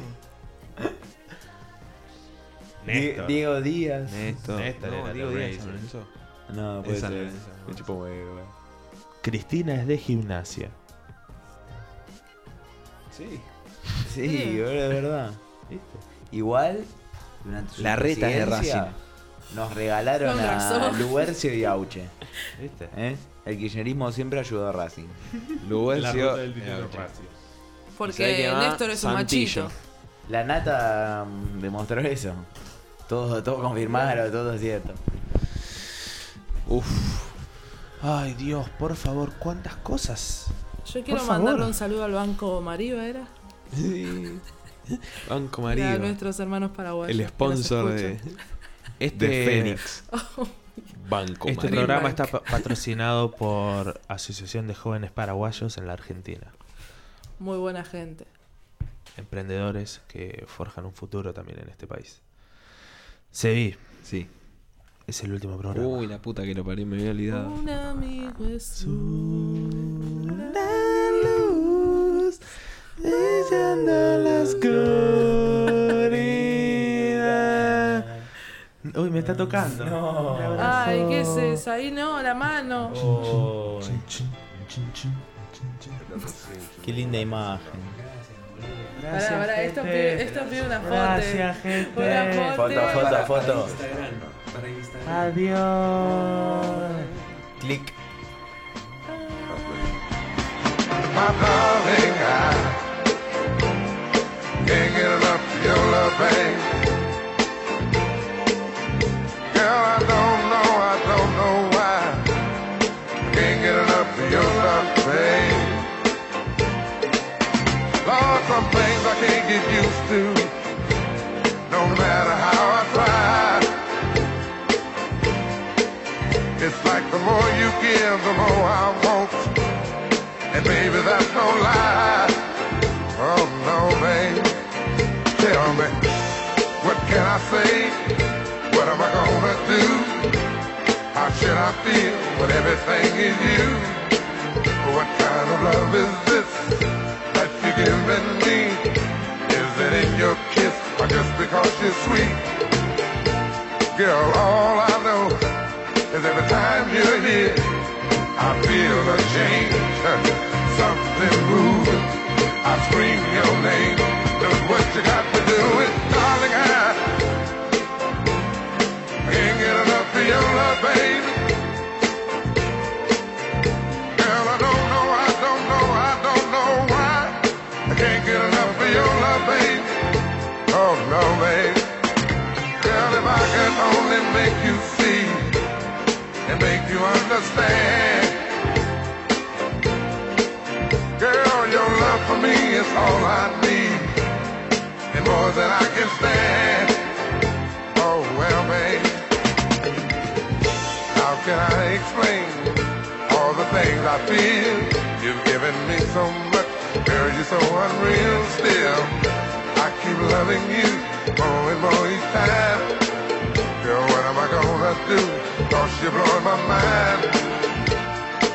Di- Néstor. Diego Díaz. Néstor. Néstor era No, de Diego Díaz, Racing. San Lorenzo. No, Es puede San ser. Lorenzo. Me chupo huevo. eh. Cristina es de gimnasia. Sí. Sí, Mm. boludo, es verdad. Igual, durante su La reta de presidencia, Nos regalaron Con a razón. Lubercio y Auche. ¿Viste? ¿eh? El kirchnerismo siempre ayudó a Racing. La Lubercio. ruta del dinero Eh, Racing. ¿Sabés Porque qué más? Néstor es un Santillo. machito. La nata mm, demostró eso. Todo, todo confirmaron, todo es cierto. [LAUGHS] Uf. Ay, Dios, por favor, cuántas cosas. Yo quiero favor. mandarle un saludo al Banco Mariva, ¿era? Sí. Banco A Marido. nuestros hermanos paraguayos. que El nos sponsor de, escuchan. de Este, [LAUGHS] Fénix. Banco este Marido. programa está pa- patrocinado por Asociación de Jóvenes Paraguayos en la Argentina. Muy buena gente. Emprendedores que forjan un futuro también en este país. Sebi, Sí. es el último programa. Uy, la puta que lo parí, me había olvidado. Un amigo es luz brillando la oscuridad. Uy, me está tocando. Ay, ¿qué es Oh. eso? Ahí no, la mano. Qué linda imagen. Pará, pará, esto gente. pide, esto pide una foto. Gracias, gente. Una foto. Foto, foto, foto. Adiós. Clic. Can't get enough of your love, babe. Girl, I don't know, I don't know why. Can't get enough of your love, babe. Lord, some things I can't get used to. No matter how I try. It's like the more you give, the more I want. And baby, that's no lie. Oh no, babe. Tell me, what can I say? What am I gonna do? How should I feel when everything is you? What kind of love is this that you're giving me? Is it in your kiss or just because you're sweet? Girl, all I know is every time you're here, I feel a change, [LAUGHS] something moving. I scream your name, look what you got to do. Oh, make you see and make you understand. Girl, your love for me is all I need and more than I can stand. Oh, well, babe, how can I explain all the things I feel? You've given me so much, girl, you're so unreal still. I keep loving you more and more each time. Girl, what am I gonna do? Cause you're blowing my mind.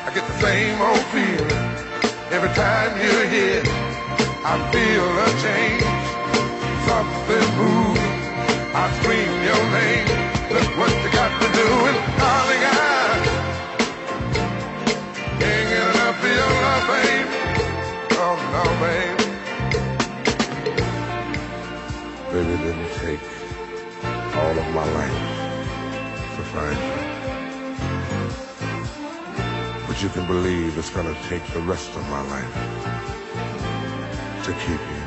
I get the same old feeling every time you're here. I feel a change, something moves. I scream your name. Look what you got to do, and darling, I can't get enough of your love, babe. Oh no, babe. Baby, it didn't take all of my life to find you. But you can believe it's gonna take the rest of my life to keep you.